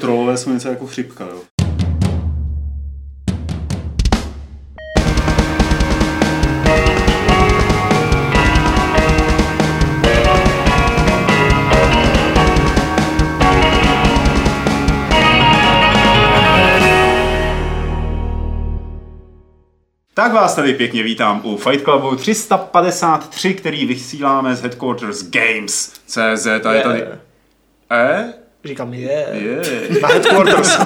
Trolové jsou něco jako chřipka, jo. Tak vás tady pěkně vítám u Fight Clubu 353, který vysíláme z Headquarters Games CZ a je tady... E? Říkám, je. Je. Na Headquarters.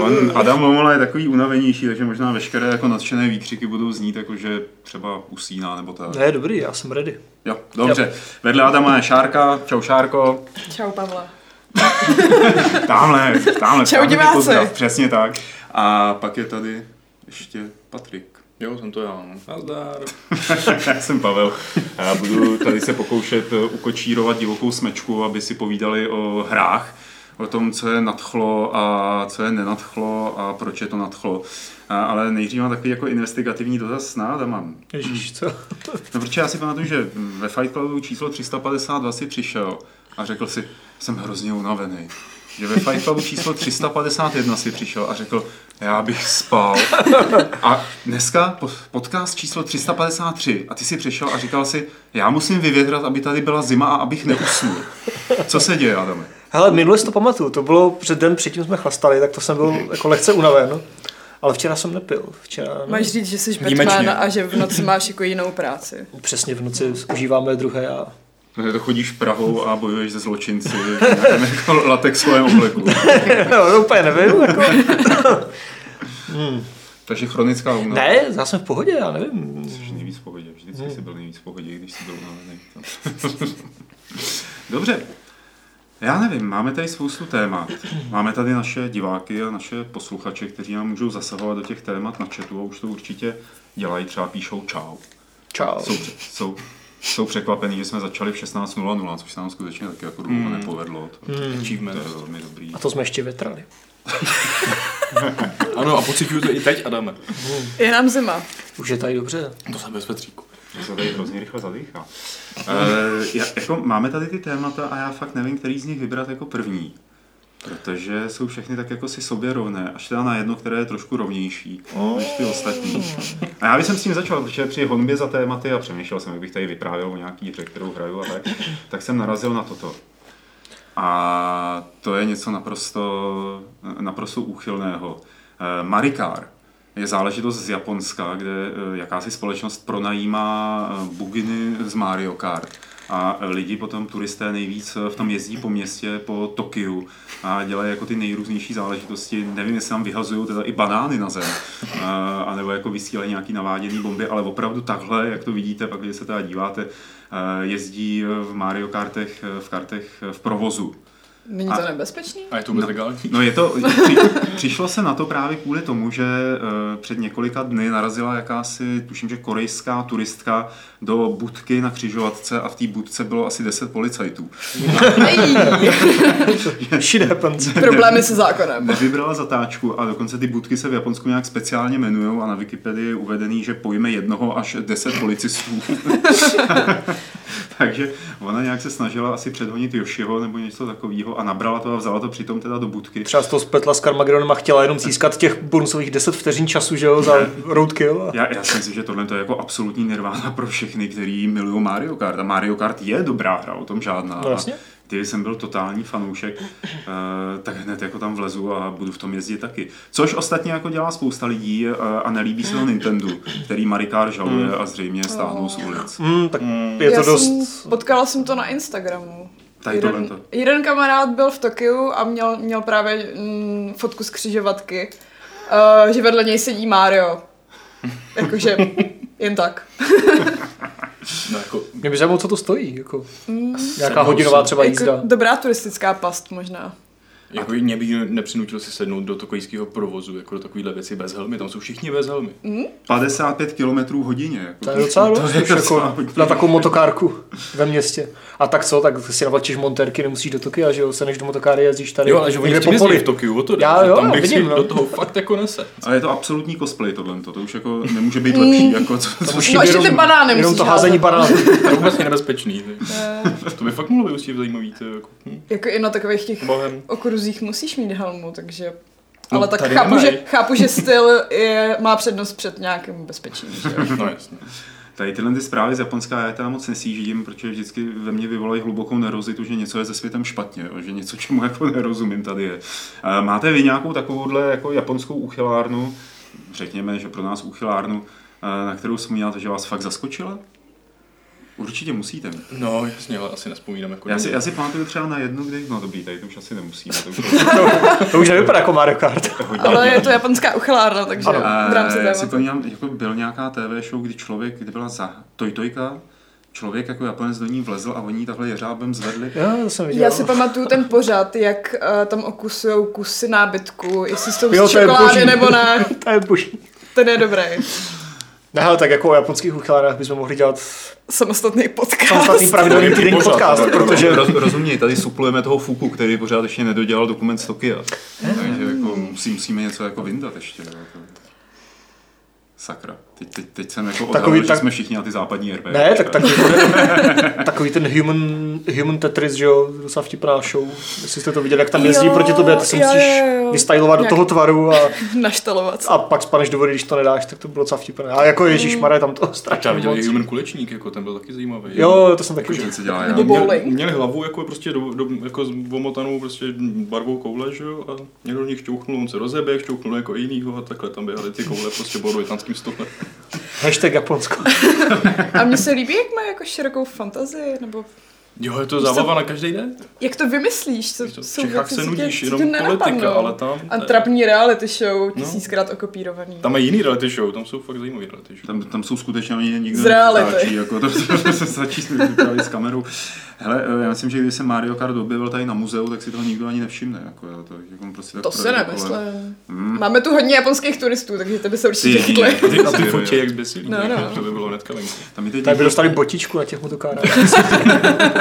On Adam Lomola je takový unavenější, takže možná veškeré jako nadšené výkřiky budou znít jako, že třeba usíná nebo tak. Ne, dobrý, já jsem ready. Jo, dobře. Vedle Adama je Šárka. Čau Šárko. Čau Pavla. Tamhle, tamhle. Čau, tamhle tě diváci. pozdrav. Přesně tak. A pak je tady ještě Patrik. Jo, jsem to já. no. Nazdar. Já jsem Pavel. Já budu tady se pokoušet eh, ukočírovat divokou smečku, aby si povídali o hrách, o tom, co je nadchlo a co je nenadchlo a proč je to nadchlo. A, ale nejdřív mám takový jako investigativní dotaz na Adama. Ježíš, co? No protože já si pamatuju, že ve Fight Clubu číslo 352 si přišel a řekl si, jsem hrozně unavený. Že ve Fight Clubu číslo 351 si přišel a řekl, já bych spal. A dneska po- podcast číslo 353 a ty si přišel a říkal si, já musím vyvětrat, aby tady byla zima a abych neusnul. Co se děje, Adame? Hele, minule si to pamatuju, to bylo před den předtím jsme chlastali, tak to jsem byl jako lehce unaven. Ale včera jsem nepil. Včera no, Máš říct, že jsi Výjimečně. Batman a že v noci máš jako jinou práci. přesně v noci užíváme druhé a Takže No, to chodíš Prahou a bojuješ se zločinci v nějakém jako latexovém obleku. no, to úplně nevím. Jako. Takže chronická únava. Ne, já jsem v pohodě, já nevím. Jsi nejvíc v pohodě, vždycky jsi byl nejvíc v pohodě, když jsi byl unavený. Dobře, já nevím, máme tady spoustu témat. Máme tady naše diváky a naše posluchače, kteří nám můžou zasahovat do těch témat na chatu a už to určitě dělají, třeba píšou čau. Čau. Jsou, pře- jsou, jsou překvapení, že jsme začali v 16.00, což se nám skutečně taky jako dlouho nepovedlo. To, to Achievement. je velmi dobrý. A to jsme ještě vetrali. Ano, a pocituju to i teď, Adame. Je nám zima. Už je tady dobře. To jsem bez Petříku. To se tady hrozně rychle zadýchá. E, já, jako, máme tady ty témata a já fakt nevím, který z nich vybrat jako první. Protože jsou všechny tak jako si sobě rovné, až teda na jedno, které je trošku rovnější než ty ostatní. A já bych s tím začal, protože při honbě za tématy a přemýšlel jsem, jak bych tady vyprávěl o nějaký hře, kterou hraju a tak, tak jsem narazil na toto. A to je něco naprosto, naprosto úchylného. Eh, Marikár je záležitost z Japonska, kde eh, jakási společnost pronajímá eh, buginy z Mario Kart. A eh, lidi potom, turisté nejvíc eh, v tom jezdí po městě, po Tokiu a dělají jako ty nejrůznější záležitosti. Nevím, jestli tam vyhazují teda i banány na zem, eh, anebo jako vysílají nějaký naváděný bomby, ale opravdu takhle, jak to vidíte, pak když se teda díváte, eh, jezdí eh, v Mario Kartech, eh, v kartech eh, v provozu. Není to nebezpečný? A je to vůbec legální? No je to, při, přišlo se na to právě kvůli tomu, že eh, před několika dny narazila jakási, tuším, že korejská turistka do budky na křižovatce a v té budce bylo asi 10 policajtů. Nejí. Shit happens. Problémy se zákonem. Nevybrala zatáčku a dokonce ty budky se v Japonsku nějak speciálně jmenují a na Wikipedii je uvedený, že pojme jednoho až 10 policistů. Takže ona nějak se snažila asi předhonit Yoshiho nebo něco takového a nabrala to a vzala to přitom teda do budky. Třeba z toho spletla s Carmagedonem a chtěla jenom získat těch bonusových 10 vteřin času, že jo, za roadkill. A... Já, já si myslím, že tohle to je jako absolutní nirvána pro všechny, kteří milují Mario Kart. A Mario Kart je dobrá hra, o tom žádná. No jasně. A Kdyby jsem byl totální fanoušek, eh, tak hned jako tam vlezu a budu v tom jezdit taky. Což ostatně jako dělá spousta lidí eh, a nelíbí se to Nintendo, který Marikár žaluje a zřejmě stáhnou z ulic. Hmm, tak je to Já dost... Jsem, potkala jsem to na Instagramu. Tady tohle Jeden, to. jeden kamarád byl v Tokiu a měl, měl právě mm, fotku z křižovatky, uh, že vedle něj sedí Mario. Jakože jen tak. No, jako, Mě by zajímalo, co to stojí. Jako. Nějaká sednou hodinová si. třeba jízda. Mm. Jako dobrá turistická past možná. jako mě by nepřinutil si sednout do tokojského provozu, jako do takovýhle věci bez helmy. Tam jsou všichni bez helmy. 55 km hodině. Jako. To je docela dost, je už docela jako hodně. na takovou motokárku ve městě. A tak co, tak si navlačíš montérky, nemusíš do Tokia, že jo, se než do motokáry jezdíš tady. Jo, ale že oni někde tím po jezdí poli. v Tokiu, o to jde. Já že jo, tam bych vidím, si no. do toho fakt jako nese. A je to absolutní cosplay tohle, to už jako nemůže být Hmm. lepší. Jako, co, co, No ještě ty Jenom- banány Jenom musíš to házení házet. banánů. To je vůbec nebezpečný. ne? To by fakt mohlo být určitě zajímavý. To je jako, hm, Jako i na takových těch bohem. okruzích kruzích musíš mít helmu, takže... No, Ale tak tady chápu nemají. že, chápu, že styl je, má přednost před nějakým bezpečím. Že? jo? No jasně. Tady tyhle ty zprávy z Japonska já je teda moc nesížím, protože vždycky ve mně vyvolají hlubokou nerozitu, že něco je se světem špatně, jo, že něco, čemu jako nerozumím tady je. A máte vy nějakou takovouhle jako japonskou uchylárnu, řekněme, že pro nás uchylárnu, eh, na kterou vzpomínáte, že vás fakt zaskočila? Určitě musíte. mít. No jasně, ale asi nespomínám jako Já si, dobrý. já si pamatuju třeba na jednu, kdy, no dobrý, tady to už asi nemusíme. To už To už nevypadá jako Mario Kart. Ale je to japonská uchylárna, takže Ano. v A rámci já si tématu. vzpomínám, jako byl nějaká TV show, kdy člověk, kdy byla za tojtojka, člověk jako Japonec do ní vlezl a oni ji takhle jeřábem zvedli. Jo, to jsem viděl. Já si pamatuju ten pořad, jak eh, tam okusujou kusy nábytku, jestli jsou Jo, z to je boží. čokolády nebo ne. to je boží. Ten je dobrý. Ne, ale tak jako o japonských uchylárách bychom mohli dělat Samostatný podcast. samostatný pravidelný Pořád, týdenní pořád, podcast, pořád. protože Roz, rozuměj, tady suplujeme toho Fuku, který pořád ještě nedodělal dokument z Tokia. Takže jako musí, musíme něco jako vyndat ještě. jo, to- Sakra. Teď, teď, teď jsem jako odhalil, Takový že tak- jsme všichni na ty západní RP. Ne, tak takový, takový ten human, human Tetris, že jo, docela vtipná show. Jestli jste to viděli, jak tam jezdí Jo, proti tobě, ty se jo, musíš jo, jo. vystylovat do Jak- toho tvaru a, Naštalovat. a pak spaneš do vody, když to nedáš, tak to bylo docela vtipné. A jako Ježíš Maré, tam to strašně Já viděl moc. i Human Kulečník, jako ten byl taky zajímavý. Jo, to jsem taky Ten viděl. se dělá já. Nebo Měli- bowling. Měli hlavu jako prostě do, do, jako s omotanou prostě barvou koule, že jo? A někdo do nich šťouchnul, on se rozeběh, šťouchnul jako jinýho a takhle tam běhaly ty koule prostě po dvojtanským stole. Hashtag Japonsko. A mně se líbí, jak má jako širokou fantazii, nebo Jo, je to zábava na každý den. jak to vymyslíš, co Víš to, V jsou Čechách věci, se co tě- nudíš, co jenom tě nenapadnou. politika, ale tam... A trapní reality show, No. tisíckrát okopírovaný. Tam je jiný reality show, tam jsou fakt zajímavý reality show. Tam, tam jsou skutečně oni nikdo Z reality. netáčí, jako to, to, to se stačí vypravit s kamerou. Hele, eh, já myslím, že když se Mario Kart objevil tady na muzeu, tak si toho nikdo ani nevšimne. Jako, jo, to, jako on prostě tak To se projde nemyslím. Hmm. Máme tu hodně japonských turistů, takže tebe se Ty určitě chytli. jedině, ty, A ty fotě jak zběsilí, No, no. to by bylo hnedka venku. tam je teď Tak by někdo- dostali botičku na těch motokárách.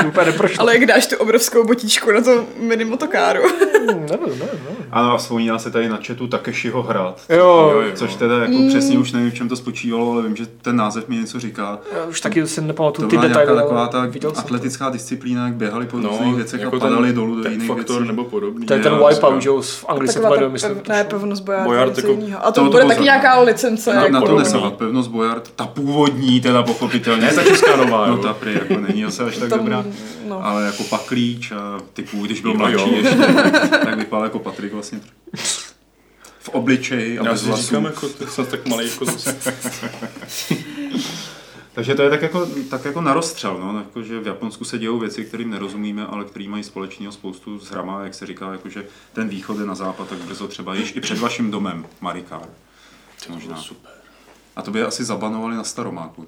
To úplně neprošlo. Ale jak dáš tu obrovskou botičku na to mini motokáru. Hmm, Nevím, nevím, nevím. Ano, a vzpomíná se tady na chatu Takeshiho hrad. Jo, jo. Což teda jako Mm. přesně už nevím, v čem to spočívalo, ale vím, že ten název mi něco říká. já už taky si To nepamatuju ty byla nějaká detaily, taková ale ta viděl jsem to. atletická disciplína, jak běhali po různých No, věcech jako a padali ten, dolů do ten jiných faktor věcí. nebo podobně. To je ten já wipeout, říkám. že jo, z- v Anglii se to Taková jmenuje, ta myslím. pev, ne, pevnost bojářů, Bojář něco jako- jiného. A to, to- to bude bylo taky zajímavé. nějaká licence. Na, jako na to no. nesahá pevnost Bojard, ta původní teda pochopitelně, Ne, ta česká nová, no jo. ta prý jako není zase až tak Tam- dobrá. no. Ale jako paklíč a typu, když byl Jo, mladší jo. ještě, tak- tak vypadal jako Patrik vlastně. V obličeji a Já bez si vlasů. říkám, jako, to jsem tak malý jako zase. Takže to je tak jako, tak jako na rozstřel, no, jako, že v Japonsku se dějou věci, kterým nerozumíme, ale který mají společného spoustu s hrama, jak se říká, jako, že ten východ je na západ, tak brzo třeba již i před vaším domem, Marikár. Možná. super. A to by asi zabanovali na Staromáku.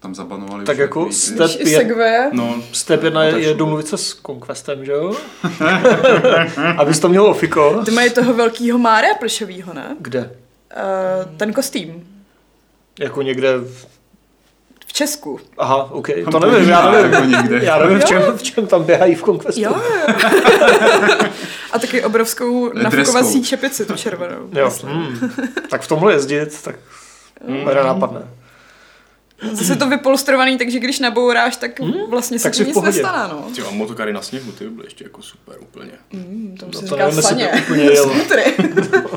Tam zabanovali Tak už jako takový- jste- Víš, i segve. No, Step 1 je, je domluvit se s Conquestem, že jo? Abys to měl ofiko. Ty mají toho velkýho Mária plešovýho, ne? Kde? Eh, ten kostým. Jako někde v... V Česku. Aha, OK, to Tam to nevím, já běhá nevím. jako někde. Já nevím, v čem, v čem tam běhají v Conquestu. Jo. A taky obrovskou Dress nafukovací code. čepici, tu červenou. jo. Hmm. Tak v tomhle jezdit, tak mm. nápadne. Zase je to vypolstrovaný, takže když nabouráš, tak Hmm. vlastně se tak ti jsi v nic pohodě. nestane, no. ty a motokary na sněhu, ty by byly ještě jako super úplně. Mm, tomu No se to říká nevím, jestli saně. to úplně jel. Skutry.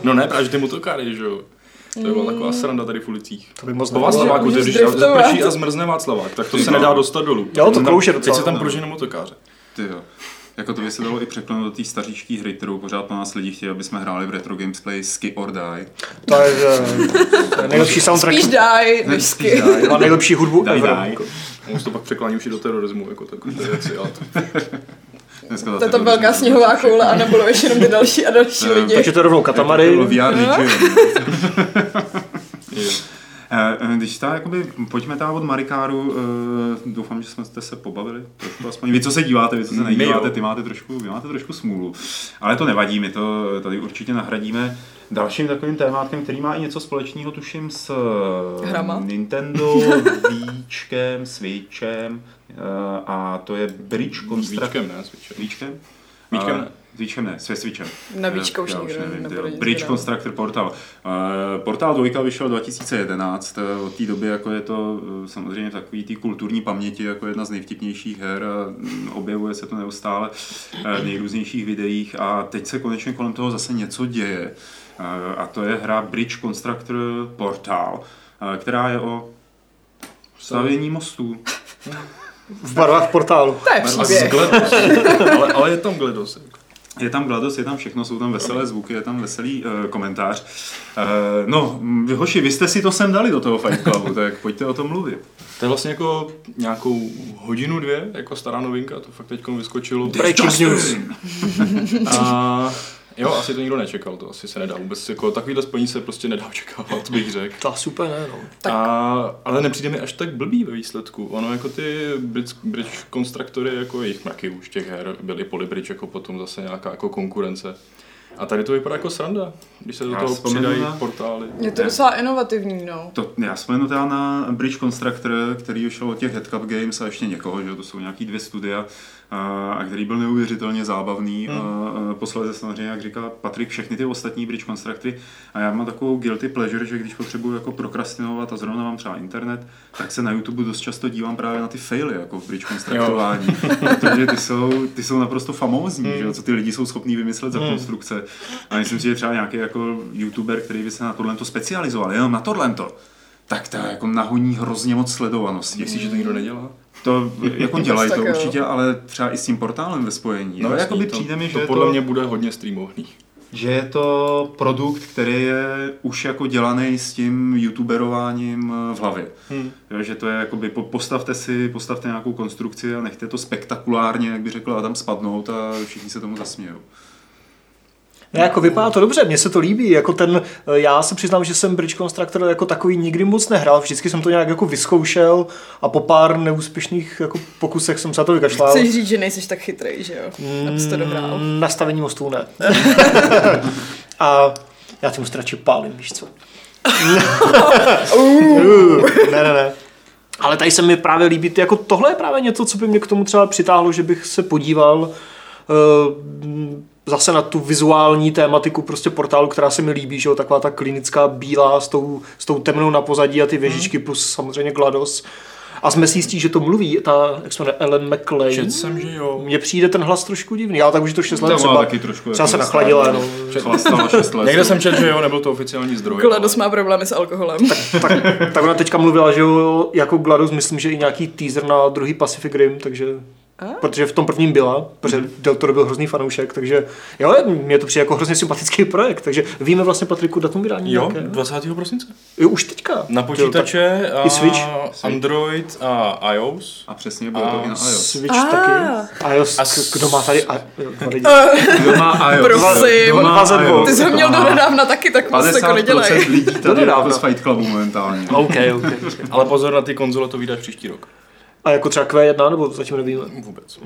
No ne, právě že ty motokáry, že jo. To by byla taková sranda tady v ulicích. To by moc Po nebylo. Václaváku, Můžeš že když driftovat. zaprší a zmrzne Václavák, tak to se nedá dostat dolů. No. Jo, to Tam- klouže Teď docela, se tam no. prožene motokáře. Ty jo. Jako to by se dalo i překlenout do té staříčké hry, kterou pořád po nás lidi chtějí, aby jsme hráli v retro gameplay Ski or Die. To je, eh, to je nejlepší soundtrack. Spíš daj, než sky. Má nejlepší hudbu Daj, ever. daj. Jako, On se to pak překlání už i do terorismu, jako takové věci, ale to Dneska To je zase ta budeme velká znát. sněhová koule a nebudou ještě jenom ty další a další lidi. Takže to je rovnou To bylo katamary. VR video. je Eh, eh, Když ta, jakoby, pojďme teda od Marikáru, eh, doufám, že jsme jste se pobavili, trošku aspoň vy, co se díváte, vy, co se My nedíváte, jo. ty máte trošku, vy máte trošku smůlu, ale to nevadí, my to eh, tady určitě nahradíme dalším takovým témátkem, který má i něco společného, tuším, s eh, Hrama. Nintendo, Víčkem, Switchem, eh, a to je Bridge Construct... víčkem, ne, s víčkem. Víčkem? Víčkem A- ne. Twitchem ne, se Switchem. Navíčka už Já nikdo nevím, nebude tyjo. nic Bridge dělat. Constructor Portal. Eh, Portal 2 vyšel 2011, eh, od té doby jako je to eh, samozřejmě v takový té kulturní paměti jako jedna z nejvtipnějších her a mm, objevuje se to neustále eh, v nejrůznějších videích a teď se konečně kolem toho zase něco děje. Eh, A to je hra Bridge Constructor Portal, eh, která je o stavění mostů. V barvách portálu. To je A z příběh. GLaDOS. ale, ale je tam GLaDOS. jako. Je tam GLaDOS, je tam všechno, jsou tam veselé zvuky, je tam veselý uh, komentář. Uh, no, m, vy hoši, vy jste si to sem dali do toho Fight Clubu, tak pojďte o tom mluvit. To je vlastně jako nějakou hodinu, dvě, jako stará novinka, to fakt teď vyskočilo. Breaking news. A jo, asi to nikdo nečekal, to asi se nedá vůbec, jako takovýhle splní se prostě nedá očekávat, bych řekl. To asi úplně ne, no. Tak. A, ale nepřijde mi až tak blbý ve výsledku. Ono jako ty bridge, bridge konstruktory, jako jejich mraky už těch her, byly polybridge, jako potom zase nějaká jako konkurence. A tady to vypadá jako sranda, když se do Já toho vzpomenu přidají na- portály. Je to docela inovativní, no. To, já vzpomenu teda na Bridge Constructor, který vyšel od těch Headcup Games a ještě někoho, že jo, to jsou nějaký dvě studia, eh, a, a který byl neuvěřitelně zábavný. Hmm. A, a posledně samozřejmě, jak říká Patrik, všechny ty ostatní Bridge Constructory. A já mám takovou guilty pleasure, že když potřebuju jako prokrastinovat a zrovna mám třeba internet, tak se na YouTube dost často dívám právě na ty faily, jako v Bridge Constructování. protože ty jsou, ty jsou naprosto famózní, že jo, co ty lidi jsou schopní vymyslet za konstrukce. A myslím si, že třeba nějaký jako YouTuber, který by se na tohle to specializoval, jenom na tohle to, tak ta jako nahoní hrozně moc sledovanosti. Myslíš, že to nikdo nedělá? To jako dělají Tak to jo. určitě, ale třeba i s tím portálem ve spojení. No, jasný, jako by to- přijde mi, že, to je podle to, mě bude hodně streamovaný. že je to produkt, který je už jako dělaný s tím youtuberováním eh, v hlavě. Hmm. Že to je jakoby, po- postavte si, postavte nějakou konstrukci a nechte to spektakulárně, jak by řekl Adam, spadnout a všichni se tomu zasmějou. Ne, jako vypadá to dobře, mně se to líbí. Jako ten, eh, já se přiznám, že jsem Bridge Constructor jako takový nikdy moc nehrál, vždycky jsem to nějak jako vyzkoušel a po pár neúspěšných jako pokusech jsem se na to vykašlal. Chceš říct, že nejseš tak chytrý, že jo? Abys to dohrál. Mm, Nastavení mostů ne. a já tím radši pálím, víš co. Uh, ne, ne, ne. Ale tady se mi právě líbí, ty- jako tohle je právě něco, co by mě k tomu třeba přitáhlo, že bych se podíval eh, zase na tu vizuální tématiku prostě portálu, která se mi líbí, že jo, taková ta klinická bílá s tou, s tou temnou na pozadí a ty věžičky plus samozřejmě GLaDOS. A jsme si jistí, že to mluví ta, jak se jmenuje, Ellen McLean. Četl jsem, že jo. Mně přijde ten hlas trošku divný, ale tak už je to 6 To let má třeba, taky trošku třeba jako se nachladila, no. Chlastala šest let. Někde jsem četl, že jo, nebyl to oficiální zdroj. Glados má problémy s alkoholem. tak, tak ona teďka mluvila, že jo, jako GLaDOS, myslím, že i nějaký teaser na druhý Pacific Rim, takže... A? Protože v tom prvním byla, protože Del Toro byl hrozný fanoušek, takže jo, mě to přijde jako hrozně sympatický projekt, takže víme vlastně Patriku datum vydání Jo, nějaké. 20. prosince. jo, už teďka. Na Jo, počítače a i Switch. Android a iOS. A přesně bylo to i na tak iOS. Switch A. taky. A jo, s- A s- kdo má tady... A, jo, dva lidi. Kdo má iOS? Prosím. Kdo má Dva ze dvou. iOS? Ty jsi ho měl do Aha. nedávna taky, tak moc jako 50% nedělej. lidí tady je nedávno. jako z Fight Clubu momentálně. OK, OK. Ale pozor na ty konzole, to vydáš příští rok. A jako třeba Q1, nebo zatím nevíme. Vůbec.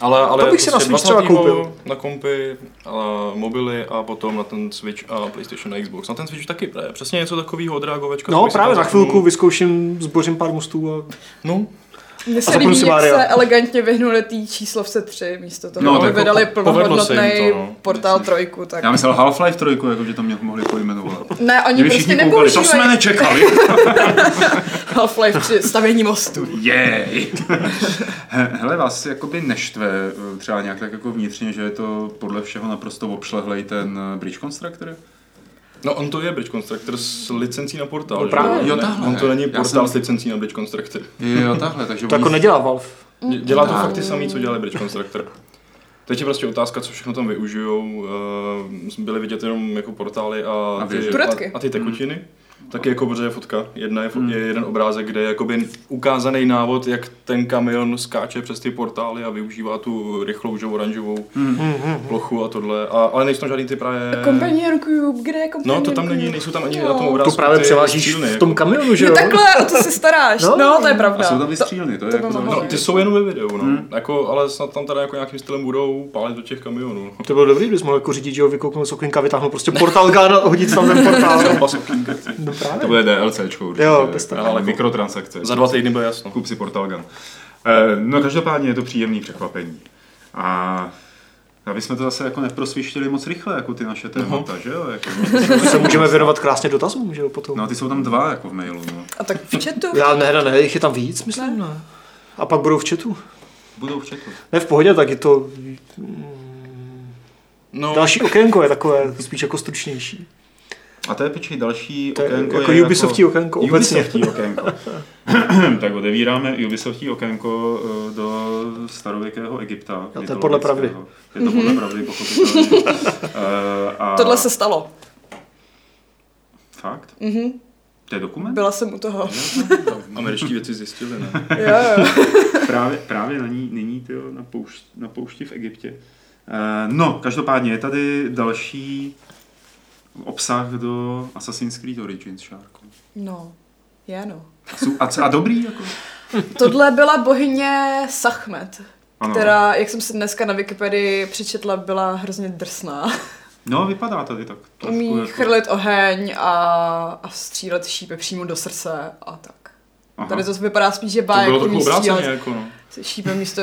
Ale, ale No. To bych si na prostě Switch třeba 20. koupil. Na kompy, a mobily a potom na ten Switch a PlayStation a Xbox. Na ten Switch taky, ne? Přesně něco takového odreagovačka. co No, bych si právě tam za chvilku zapnul. vyzkouším, zbořím pár mostů a No, Mně A se zapnu líbí, si jak Maria. se elegantně vyhnuli tý číslovce 3 místo toho, No, no, aby tak vydali po- povedlo se jim to, plnohodnotný no. portál trojku. Tak. Já myslel Half-Life 3, jako že to mě mohli pojmenovat. Ne, oni Kdyby prostě všichni koukali, to jsme nepoužívají nečekali. Half-Life 3, stavění mostů. Jej. He- Hele, vás jakoby neštve eh, třeba nějak tak jako vnitřně, že je to podle všeho naprosto obšlehlej ten eh, Bridge Constructor? no on to je Bridge Constructor s licencí na portál. No že? právě. Ne, Jo, tahle. On to není Já portál jsem- s licencí na Bridge Constructor. Jo, takhle, takže to jako oni- nedělá Valve. Dě- Dělá to Tak. fakt ty samý, co dělali Bridge Constructor. Teď je prostě otázka, co všechno tam využijou. Eh, Byly vidět jenom jako portály a, A ty, věže. Turretky. Mm. a, a ty tekutiny. Taky jako protože je fotka. Jedna je, fo- je jeden obrázek, kde je jakoby ukázaný návod, jak ten kamion skáče přes ty portály a využívá tu rychlou, že oranžovou Mm. plochu a tohle. A, ale nejsou tam žádný ty právě... Companion Cube, kde je Companion Eh, No to tam Cube? není, nejsou tam ani Jo. na tom obrázku To právě ty převážíš střílny, v jako. tom kamionu, že Jo, jo? No takhle, o to se staráš. No. No, to je A pravda. jsou tam i To- střílny, to je to jako by mohlo No, zajímavé. být. ty jsou jenom ve videu, no. Mm. Jako, ale snad tam teda jako nějakým stylem budou pálit do těch kamionů. To bylo dobrý, kdybys mohl jako řídit, že jo, vykouknout z okýnka, vytáhnout prostě portal gun a hodit tam ten portál. No To právě. bude DLCčko určitě. Jo, bez tak. ale mikrotransakce. Za dva týdny bude jasno. Kup si Portal Gun. Eh, No každopádně je to příjemný překvapení. A Aby jsme to zase jako neprosvištili moc rychle, jako ty naše témata, no. že jo? Jako, se můžeme věnovat krásně dotazům, že jo, potom. no ty jsou tam dva jako v mailu, no. A tak v chatu. No. Já ne, ne, ne, jich je tam víc, myslím, ne. A pak budou v chatu. Budou v chatu. Ne, v pohodě, tak je to... No, Další okénko je takové spíš jako stručnější. A to je pečej další To je okénko. jako je Ubisoftí okénko, obecně. Ubisoftí okénko. tak otevíráme Ubisoftí okénko eh, do starověkého Egypta. No, to je mytologického. podle pravdy. no. Je to podle pravdy, pochopitelně. Eh, a... Mhm. Tohle se stalo. Fakt? Mhm. To je dokument? Byla jsem u toho. američtí věci zjistili, ne? Jo, jo. právě, právě na ní, nyní tyjo, na, poušť, na poušti v Egyptě. Eh, No, každopádně je tady další obsah do Assassin's Creed Origins, Šárko. No, je no. A, jsou, a, co- a dobrý, jako? Tohle byla bohyně Sachmet, Ano. která, jak jsem si dneska na Wikipedii přečetla, byla hrozně drsná. No, vypadá tady tak trošku Umí jako- chrlit oheň a, a střílet šípy přímo do srdce a tak. Aha. Tady to vypadá spíš, že To bá bylo jako trochu umí obráceně, střílet jako no. šípem místo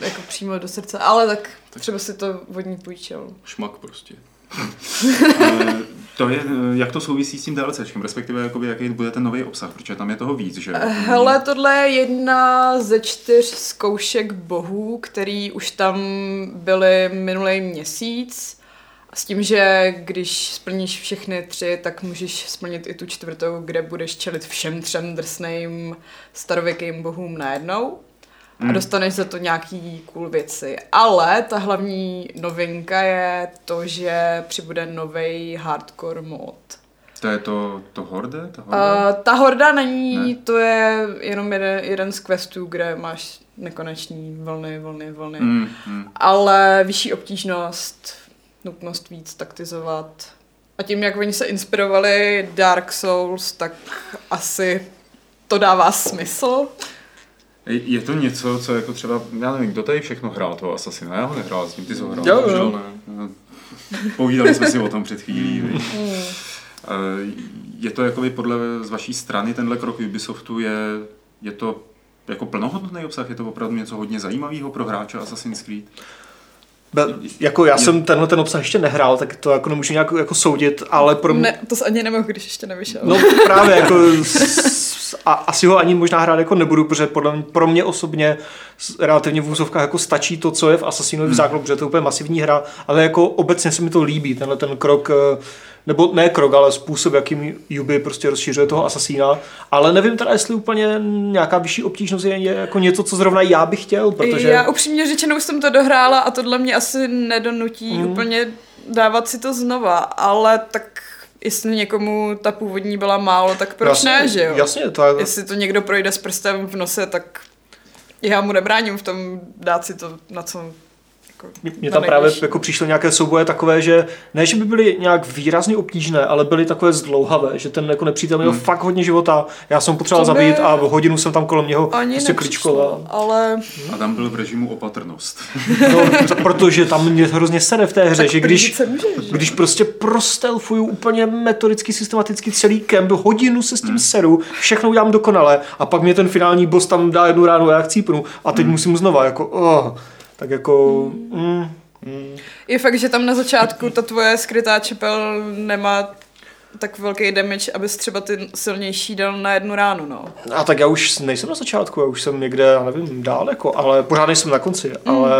jako přímo do srdce, ale tak třeba si to vodní půjčil. Šmak prostě. Eh, to je, eh, jak to souvisí s tím DLCčkem, respektive jakoby, jaký bude ten nový obsah, protože tam je toho víc, že? Eh, Hele, tohle je jedna ze čtyř zkoušek bohů, který už tam byly minulý měsíc. S tím, že když splníš všechny tři, tak můžeš splnit i tu čtvrtou, kde budeš čelit všem třem drsným starověkým bohům najednou. A dostaneš za to nějaký cool věci. Ale ta hlavní novinka je to, že přibude nový hardcore mod. To je to, to horde? To horde? Uh, ta horda není, Ne. ne. to je jenom jeden, jeden z questů, kde máš nekoneční vlny, vlny, vlny. Mm. Mm, mm. Ale vyšší obtížnost, nutnost víc taktizovat. A tím, jak oni se inspirovali Dark Souls, tak asi to dává smysl. Je to něco, co jako třeba, já nevím, kdo tady všechno hrál toho Assassina, já ho nehrál s ním, ty jsi ho hrál. Eh, Jo, jo. Bohužel ne. Povídali jsme si o tom před chvílí. Mm. viď? Eh, Je to jakoby podle z vaší strany tenhle krok Ubisoftu je, je to jako plnohodnotný obsah, je to opravdu něco hodně zajímavého pro hráče Assassin's Creed. Be, jako já jsem tenhle ten obsah ještě nehrál, tak to jako nemůžu nějak jako soudit, ale pro mě... Ne, to jsi ani nemohl, když ještě nevyšel. No právě jako s- a asi ho ani možná hrát jako nebudu, protože podle mě, pro mě osobně s- relativně v úzovkách jako stačí to, co je v Assassinovi v základu, protože to je úplně masivní hra, ale jako obecně se mi to líbí, tenhle ten krok, eh, nebo ne krok, ale způsob, jakým Yubi prostě rozšířuje toho Assassina, ale nevím teda, jestli úplně nějaká vyšší obtížnost je, je jako něco, co zrovna já bych chtěl, protože... Já upřímně řečeno už jsem to dohrála a tohle mě asi nedonutí Mhm. mm. úplně dávat si to znova, ale tak jestli někomu ta původní byla málo, tak proč jasně, ne, že jo? Jasně, to je... Jestli to někdo projde s prstem v nose, tak já mu nebráním v tom dát si to na co... Jako, Mně- na Mně tam právě nejbližší. jako přišly nějaké souboje takové, že ne, že by byly nějak výrazně obtížné, ale byly takové zdlouhavé, že ten jako nepřítel měl hmm. fakt hodně života, já jsem ho potřeboval To by zabít a hodinu jsem tam kolem něho Ani prostě nepřišlo, kličkoval. ale... A tam byl v režimu opatrnost. No, to, protože tam mě hrozně sere v té hře, že když, Se můžeš, že? když prostě prostelfuju úplně metodicky, systematicky celý kemp, hodinu se s Hmm. tím seru, všechno udělám dokonale a pak mě ten finální boss tam dá jednu ránu a já chcípnu a Hmm. teď musím znova, jako oh, tak jako... Mm. Je fakt, že tam na začátku ta tvoje skrytá čepel nemá tak velký damage, abys třeba ty silnější dal na jednu ránu, no. A tak já už nejsem na začátku, já už jsem někde, já nevím, dál jako, ale pořád nejsem na konci, Hmm. mm. ale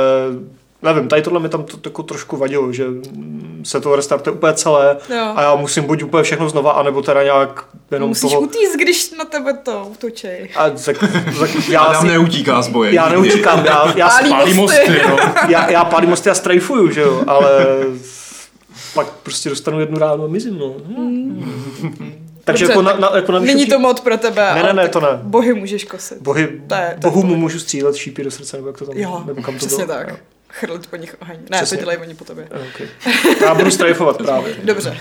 nevím, tady tohle mi tam to, jako trošku vadilo, že mm, se to restartuje úplně celé Jo. a já musím buď úplně všechno znova, anebo teda nějak jenom Musíš toho... utíct, když na tebe to utočej. A tak, tak já, Adam si, neutíká z boje. já nikdy. neutíkám, já, já, Pálí spálím- Pálí mosty. mosty, no. já, já pálím mosty a strajfuju, že jo, ale pak prostě dostanu jednu ránu a mizím, no. Takže Hmm. Dobře, jako na, tak na, jako na Není to mod pro tebe, Ne, ne, ale ne, tak to ne. bohy můžeš kosit. Bohy, To je- to je bohu mu bohy. můžu střílet šípy do srdce, nebo jak to tam, Jo, nebo kam to přesně bylo. tak. Jo. Chrlit po nich oheň. Ne, Přesně. to dělají oni po tobě. Okay. Já budu strajfovat právě. Dobře.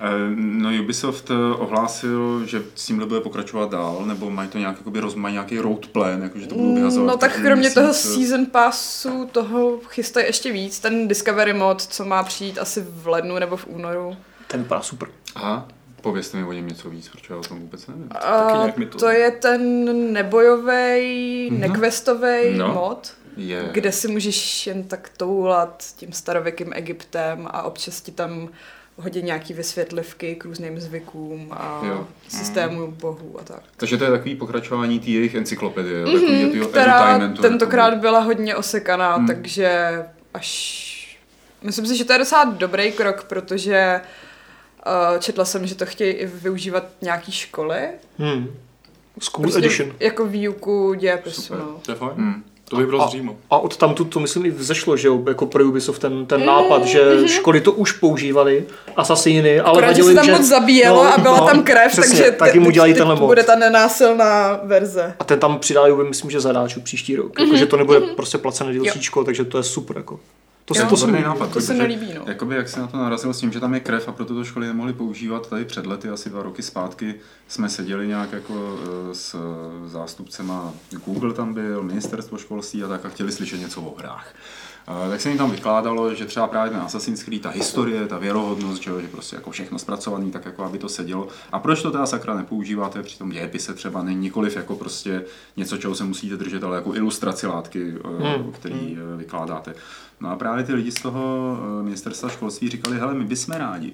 Eh, No Ubisoft eh, ohlásil, že s tímhle bude pokračovat dál, nebo mají to nějak, jakoby, roz, mají nějaký road plan, jako, že to budou vyhazovat. No tak každý kromě toho měsíc, eh. season passu toho chystají ještě víc. Ten Discovery mod, co má přijít asi v lednu nebo v únoru. Ten vypadá super. Aha, povězte mi o něm něco víc, protože já o tom vůbec nevím. A nějak mi to- Mhm. to je ten nebojový, nekvestový No. mod. Je. kde si můžeš jen tak toulat tím starověkým Egyptem a občas ti tam hodí nějaký vysvětlivky k různým zvykům a Jo. jo. systému bohů a tak. Takže to je takový pokračování té jejich encyklopedie, takový Mm-hmm, tyho která edutainmentu, tentokrát takový. byla hodně osekaná, Mm. hmm. takže až... Myslím si, že to je docela dobrý krok, protože uh, četla jsem, že to chtějí i využívat nějaký školy. Hmm. School edition. Jako výuku dějepisu. Super. No. To je fajn. Hmm. To by bylo A- z Říma. A od tamtud to myslím i vzešlo, že jo, jako pro Ubisoft ten, Mm, ten nápad, že školy to už používali, asasíny, ale mhm. Akorát, že vadilo se jim, tam že... moc zabíjelo no, a byla no, tam krev, přesně, takže tak jim te- udělají teď tenhle to mod. bude ta nenásilná verze. A ten tam přidali, myslím, že zadáčů příští rok. Mm-hmm. Jako, že to nebude mm-hmm. prostě placené DLCčko, takže to je super. Jako. To, se, Mhm, Jo. To to, se, je nápad, To se protože mi líbí, no. Jakoby jak se na to narazil s tím, že tam je krev a proto to školy nemohli používat, tady před lety, asi dva roky zpátky, jsme seděli nějak jako eh, s zástupcema, Google tam byl, ministerstvo školství a tak a chtěli slyšet něco o hrách. Eh, Tak se jim tam vykládalo, že třeba právě ten Assassin's Creed, ta historie, ta věrohodnost, že, jo, že prostě jako všechno zpracovaný, tak jako aby to sedělo. A proč to teda sakra nepoužíváte při tom dějepise třeba, ne, nikoliv jako prostě něco, čeho se musíte držet, ale jako ilustraci látky, hmm. který eh, vykládáte. No a právě ty lidi z toho eh, ministerstva školství říkali, hele, my bychom rádi,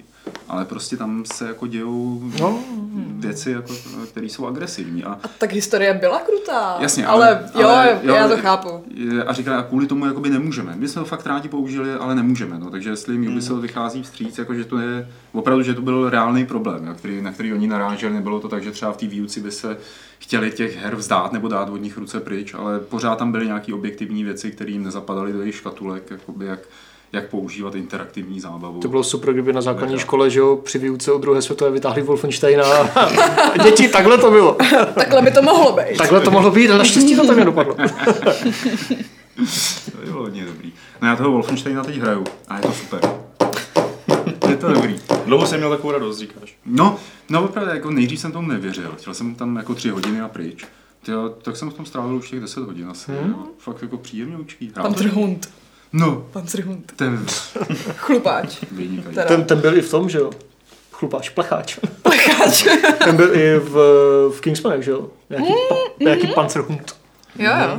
ale prostě tam se jako dějou No. no. věci, jako, které jsou agresivní. A A tak historie byla krutá. Jasně, ale, jo, ale- já to chápu. je- A říkali, a kvůli tomu jakoby nemůžeme. My jsme to fakt rádi použili, ale nemůžeme. No. Takže jestli Hmm. jim Ubisoft vychází vstříc, jako že to je opravdu, že to byl reálný problém, na který, na který oni naráželi. Nebylo to tak, že třeba v té výuci by se chtěli těch her vzdát nebo dát od nich ruce pryč, ale pořád tam byly nějaké objektivní věci, které jim nezapadaly do jejich škatulek, jakoby jak, jak používat interaktivní zábavu. to bylo super, kdyby na základní škole, že jo, při výuce o druhé světové vytáhli Wolfensteina. A děti, takhle to bylo. Takhle by to mohlo být. Takhle to mohlo být, ale naštěstí to tak nedopadlo. To bylo hodně dobrý. No já toho Wolfensteina teď hraju a je to super. Je to dobrý. Dlouho jsem měl takovou radost, říkáš. No, no opravdu, jako nejdřív jsem tomu nevěřil. Chtěl jsem tam jako tři hodiny a pryč. Tyjo, tak jsem v tom strávil už těch 10 hodin asi. Hmm. Fakt jako příjemně učí. Panzerhund. No, Panzerhund. to je Chlupáč. vynikající. Teda. Ten, ten byl i v tom, že jo. Chlupáč, plecháč. Plekáč. Ten byl i v, v Kingsmanech, že jo. Nějaký, pa, nějaký panzerhund. jo, jo.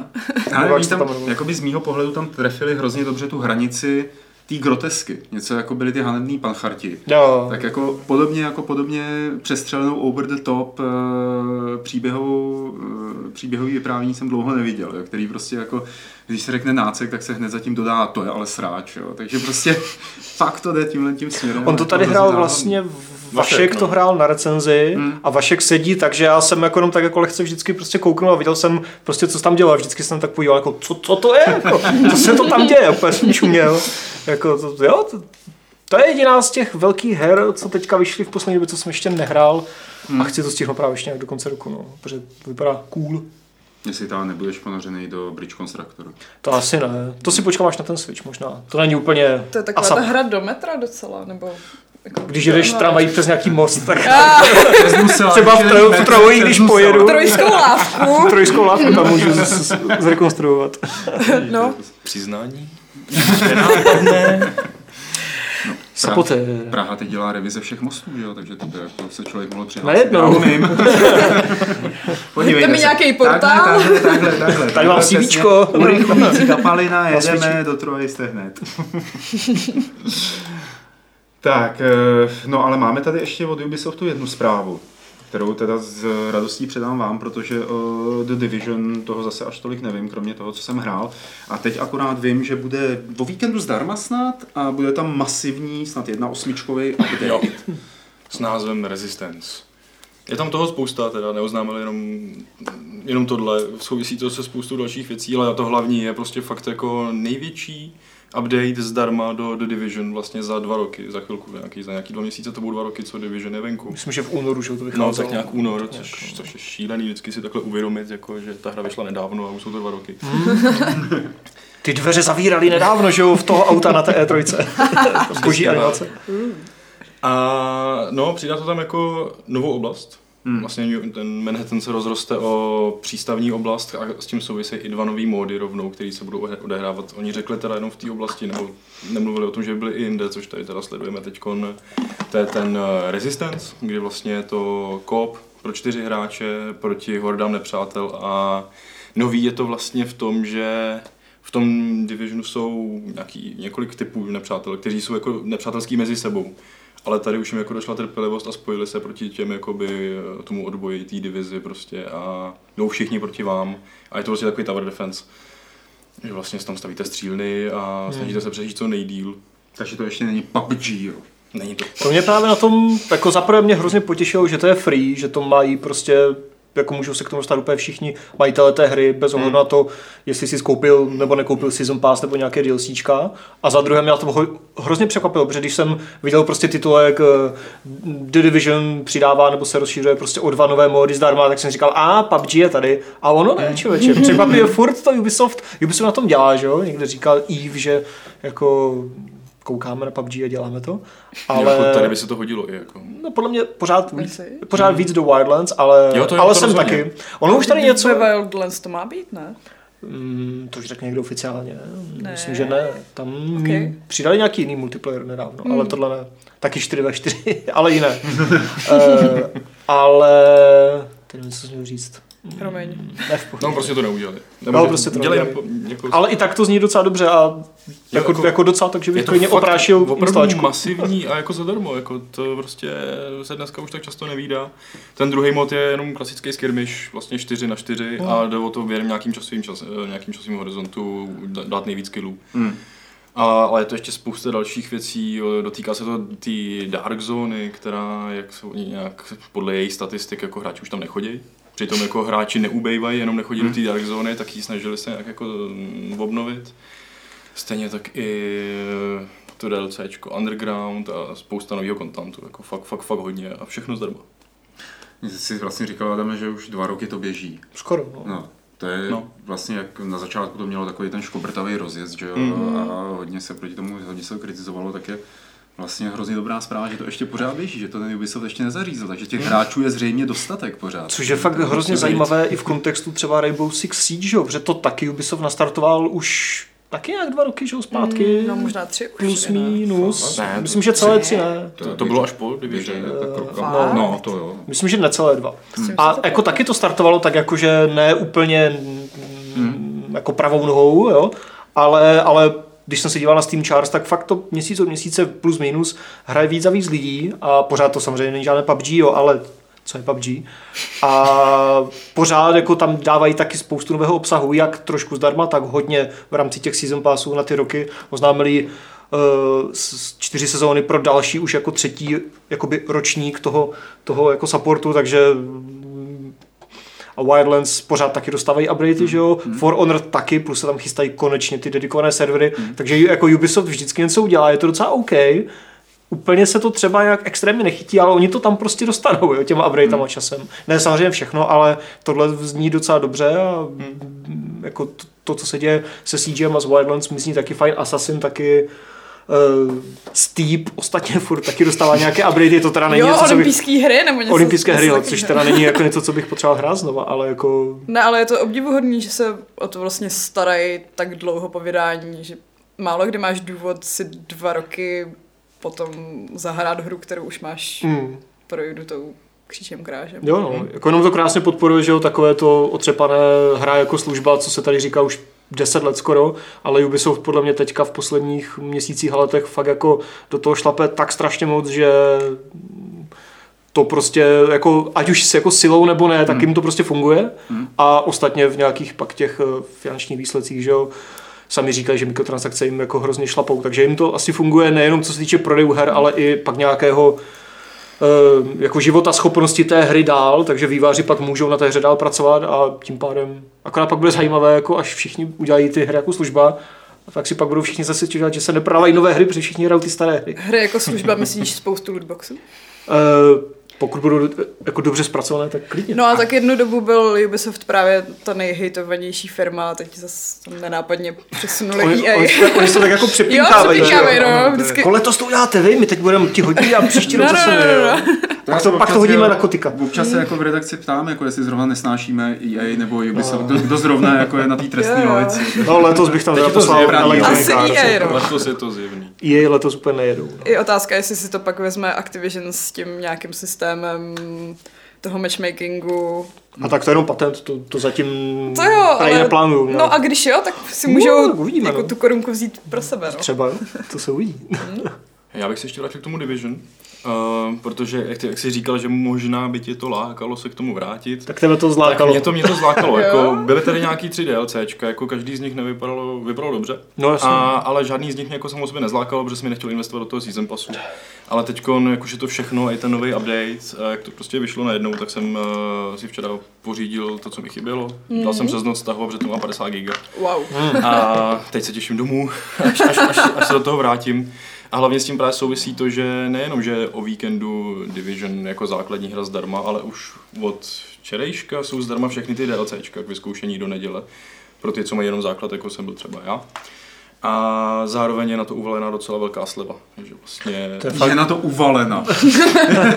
Ale Jak oni se tam, to jmenovalo? jakoby z mýho pohledu tam trefili hrozně dobře tu hranici té grotesky. Něco jako byly ty hanební pancharti. Jo. Tak jako podobně, jako podobně přestřelenou over the top eh, příběhovou, eh, příběhový vyprávění jsem dlouho neviděl, jo, který prostě jako, když se řekne nácek, tak se hned zatím dodá, to je ale sráč, jo. takže prostě fakt to jde tímhle tím směrem. On to Je tady hrozně hrál zábavný. vlastně, Vašek, Vašek no. to hrál na recenzi a Vašek sedí, takže já jsem jako jenom tak jako lehce vždycky prostě kouknul a viděl jsem prostě, co se tam dělo a vždycky jsem tak podíval, jako co, co to je, jako, co se to tam děje, úplně jsem čuměl, jako to, jo, to, to je jediná z těch velkých her, co teďka vyšly v poslední době, co jsem ještě nehrál a chci to stihnout právě ještě nějak do konce roku, no, protože to vypadá cool. Jestli tam nebudeš ponořený do Bridge Constructoru. To asi ne. To si počkám až na ten Switch možná. To není úplně To je taková Asap. ta hra do metra docela, nebo... Jako, Když jedeš No. tramvají přes nějaký most, tak Zmusila, Třeba v tro- v troji, když pojedu. Trojskou lávku. trojskou lávku tam můžu z- z- zrekonstruovat. No, Přiznání? Sapoté. Praha teď dělá revize všech mostů, že jo? takže to by jako se člověk mohl přihlásit. Najednou. Já umím. Podívejte Dejte mi se. nějaký portál. Takhle, takhle, takhle. Tady mám CVčko. Urychlící kapalina, svíči. jedeme do Troje, jste hned. tak, eh, no ale máme tady ještě od Ubisoftu jednu zprávu kterou teda s radostí předám vám, protože uh, The Division toho zase až tolik nevím, kromě toho, co jsem hrál. A teď akorát vím, že bude o víkendu zdarma snad a bude tam masivní, snad jedna osmičkový update. Jo. S názvem Resistance. Je tam toho spousta, teda neoznámili jenom, jenom tohle, souvisí to se spoustou dalších věcí, ale to hlavní je prostě fakt jako největší update zdarma do The Division vlastně za dva roky, za chvilku, nějaký, za nějaký dva měsíce to budou dva roky, co Division je venku. Myslím, že v únoru, že jo, to No, vycházelo. tak nějak únor, což, což je šílený vždycky si takhle uvědomit, jako, že ta hra vyšla nedávno a už jsou to dva roky. Ty dveře zavírali nedávno, že jo, v toho auta na té E3. Boží tak. animace. A no, přidá to tam jako novou oblast. Hmm. Vlastně New- ten Manhattan se rozroste o přístavní oblast a s tím souvisí i dva nový módy rovnou, které se budou ohe- odehrávat. Oni řekli teda jenom v té oblasti, nebo nemluvili o tom, že by byly i jinde, což tady teda sledujeme teď. eh, To je ten eh, Resistance, kdy vlastně je to kop pro čtyři hráče proti hordám nepřátel a nový je to vlastně v tom, že v tom Divisionu jsou nějaký, několik typů nepřátel, kteří jsou jako nepřátelský mezi sebou. Ale tady už jim jako došla trpělivost a spojili se proti těm jakoby eh, tomu odboji té divizi prostě a jdou všichni proti vám. A je to prostě takový tower defense. Že vlastně tam stavíte střílny a snažíte se přežít co nejdíl. Takže to ještě není PUBG, jo. Není to To mě právě na tom, jako zaprvé mě hrozně potěšilo, že to je free, že to mají prostě jako můžou se k tomu dostat úplně všichni majitele té hry, bez ohledu na to, jestli si koupil nebo nekoupil Season Pass nebo nějaké DLCčka. A za druhé mě na tom ho, hrozně překvapilo, protože když jsem viděl prostě titulek eh, The Division přidává nebo se rozšířuje prostě o dva nové módy zdarma, tak jsem říkal, a PUBG je tady. A ono ne, člověče. Překvapivě furt to Ubisoft, Ubisoft na tom dělá, že jo? Někde říkal Eve, že jako koukáme na PUBG a děláme to. Ale... Ale... Tady by se to hodilo i jako. No podle mě pořád, víc, Asi. pořád víc do Wildlands, ale, Jo, to jo, ale to jsem rozhodně. taky. Ono No, už tady něco... Ve Wildlands to má být, ne? Mm, to už řekne někdo oficiálně. Ne. Ne. Myslím, že ne. Tam okay. Ok. Hmm. přidali nějaký jiný multiplayer nedávno, mm. ale tohle ne. Taky 4 ve 4, ale jiné. uh, ale... Teď nevím, co jsem měl říct. Promiň. Ne, v pohodě. No prostě to neudělali. No, prostě to dělej, neudělali. nepo- jako, Ale i tak to zní docela dobře a jako, jako, jako- jako docela tak, že je bych to klidně fakt oprášil opravdu instalačku. masivní a jako zadarmo, jako to prostě se dneska už tak často nevídá. Ten druhý mod je jenom klasický skirmish, vlastně 4 na 4 no. a jde o to během nějakým časovým, čas, eh, nějakým časovým horizontu d- dát nejvíc killů. Hmm. A, ale je to ještě spousta dalších věcí, eh, dotýká se to té Dark Zóny, která jak jsou oni nějak podle její statistik jako hráči už tam nechodí. Přitom jako hráči neubejvají, jenom nechodí Hmm. do té Dark Zóny, tak ji snažili se nějak jako mm, obnovit. Stejně tak i eh, to DLCčko Underground a spousta nového kontentu, jako fakt, fakt, fakt hodně a všechno zdarma. Ty jsi vlastně říkal, Adame, že už dva roky to běží. Skoro, no. No, to je No. no. vlastně, jak na začátku to mělo takový ten škobrtavý rozjezd, že jo, Mhm. mm. a hodně se proti tomu, hodně se to kritizovalo, tak je vlastně hrozně dobrá zpráva, že to ještě pořád běží, že to ten Ubisoft ještě nezařízl, takže těch hráčů je zřejmě dostatek pořád. Mhm. Což je fakt hrozně zajímavé i v kontextu třeba Rainbow Six Siege, že jo, protože to taky Ubisoft nastartoval už taky nějak dva roky, že jo, zpátky. No možná tři už. Plus, je, no. ne? minus. Ne, to- Myslím, že celé tři ne. To, to bylo až po Běží, Division. ne? tak ruka. Fakt? No, to jo. Myslím, že necelé dva. S tím A jsem se jako taky to startovalo tak jako, že ne úplně mm, jako pravou nohou, jo, ale, ale když jsem se díval na Steam Charts, tak fakt to měsíc od měsíce plus minus hraje víc a víc lidí a pořád to samozřejmě není žádné PUBG, jo, ale co je PUBG. A pořád jako tam dávají taky spoustu nového obsahu, jak trošku zdarma, tak hodně v rámci těch season passů na ty roky oznámili eh, s- čtyři sezóny pro další už jako třetí jakoby ročník toho, toho jako supportu, takže mm, a Wildlands pořád taky dostávají updaty, že jo, For Honor taky, plus se tam chystají konečně ty dedikované servery, takže jako Ubisoft vždycky něco udělá, je to docela OK, úplně se to třeba nějak extrémně nechytí, ale oni to tam prostě dostanou, jo, těma updatama časem. Ne samozřejmě všechno, ale tohle zní docela dobře a mm, jako to, to co se děje se CGM a s Wildlands, mi zní taky fajn, Assassin taky, Uh, Steep ostatně furt taky dostává nějaké updaty, to teda není Jo, něco, co bych... olympijský hry nebo něco. Olympijské hry, jo, něco takového. což teda není jako něco, co bych potřeboval hrát znova, ale jako... Ne, ale je to obdivuhodný, že se o to vlastně starají tak dlouho po vydání, že málo kdy máš důvod si dva roky potom zahrát hru, kterou už máš Mm. projdu tou kříčem krážem. Jo, no, jako jenom to krásně podporuje, že jo, takové to otřepané hra jako služba, co se tady říká už 10 let skoro, ale Ubisoft podle mě teďka v posledních měsících a letech fakt jako do toho šlape tak strašně moc, že to prostě jako, ať už s jako silou nebo ne, tak jim to prostě funguje a ostatně v nějakých pak těch eh, finančních výsledcích, že jo, sami říkají, že mikrotransakce jim jako hrozně šlapou, takže jim to asi funguje nejenom co se týče prodejů her, ale i pak nějakého eh, jako života schopnosti té hry dál, takže výváři pak můžou na té hře dál pracovat a tím pádem akorát pak bude zajímavé, jako až všichni udělají ty hry jako služba, a tak si pak budou všichni zase stěžovat, že se neprávají nové hry, protože všichni hrajou ty staré hry. Ehm, Hry jako služba myslíš spoustu lootboxů? Eh, pokud budou eh, jako dobře zpracované, tak klidně. No a tak jednu dobu byl Ubisoft právě ta nejhejtovanější firma, a teď zase nenápadně přesunuli E Oni, EA. oni, se tak- oni se tak jako Jo, přepínkávají. že přepínkávají, jo? no, vždycky. Jako letos to uděláte vy, my teď budeme ti hodit a příští rok No, no, zase no, my, no, jo. no. Pak to, pak to hodíme na kotika. Občas se jako v redakci ptáme, jako jestli zrovna nesnášíme EA nebo Ubisoft, kdo, kdo zrovna jako je na té trestní Jo, jo. lavici. No letos bych tam Teď teda je to poslal zjevný, Electronic Asi Arts. EA, no. Letos je to zjevný. EA letos úplně nejedou. no. Je otázka, jestli si to pak vezme Activision s tím nějakým systémem toho matchmakingu. A tak to je jenom patent, to, to zatím To jo, ale... ale... neplánuju. No a když jo, tak si No, můžou tak uvidíme, jako no. tu korunku vzít pro sebe, no. Třeba, jo, to se uvidí. Já bych se ještě vrátil k tomu Division, uh, protože jak, ty, jak jsi říkal, že možná by tě to lákalo se k tomu vrátit, Tak tebe to tak zlákalo. mě to, mě to zlákalo. Jo. jako, byly tady nějaký tři DLCčka, jako každý z nich nevypadalo, vypadalo dobře. No jasně. A, ale žádný z nich mě jako samo sebe nezlákalo, protože jsme nechtěl investovat do toho season passu. Ale teď, no, jak už je to všechno, i ten nový update, a jak to prostě vyšlo najednou, tak jsem uh, si včera pořídil to, co mi chybělo. Mm. Mhm. Dal jsem přes noc stahu, protože to má 50 giga. Wow. Hmm. A teď se těším domů, až, až, až, až se do toho vrátím. A hlavně s tím právě souvisí to, že nejenom, že o víkendu Division jako základní hra zdarma, ale už od včerejška jsou zdarma všechny ty DLCčka k vyzkoušení do neděle. Pro ty, co mají jenom základ, jako jsem byl třeba já. A zároveň je na to uvalená docela velká sleva. Takže vlastně... To je Je na to uvalena.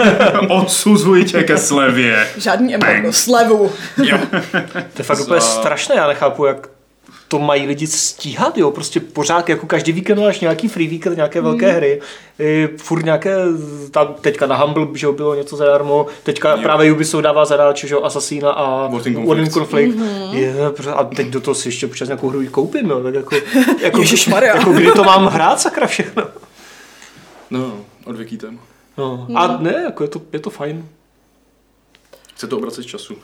Odsuzuji tě ke slevě. Žádný Hmm. embargo, slevu. Jo. To je fakt Za- úplně strašné, já nechápu, jak to mají lidi stíhat, jo, prostě pořád, jako každý víkend máš nějaký free víkend, nějaké Hmm. velké hry, I furt nějaké, tam teďka na Humble, že jo, bylo něco zadarmo, teďka jo. Jo. právě Ubisoft dává zadáč, že jo, Assassina a World in Conflict. World in Conflict. Mm-hmm. Mhm. Je, pro- a teď do toho si ještě občas nějakou hru i koupím, jo, tak jako, jako, Ježišmarja. jako kdy to mám hrát, sakra všechno. No, odvěký téma. No. A ne, jako je to, je to fajn. Chce to obracet času.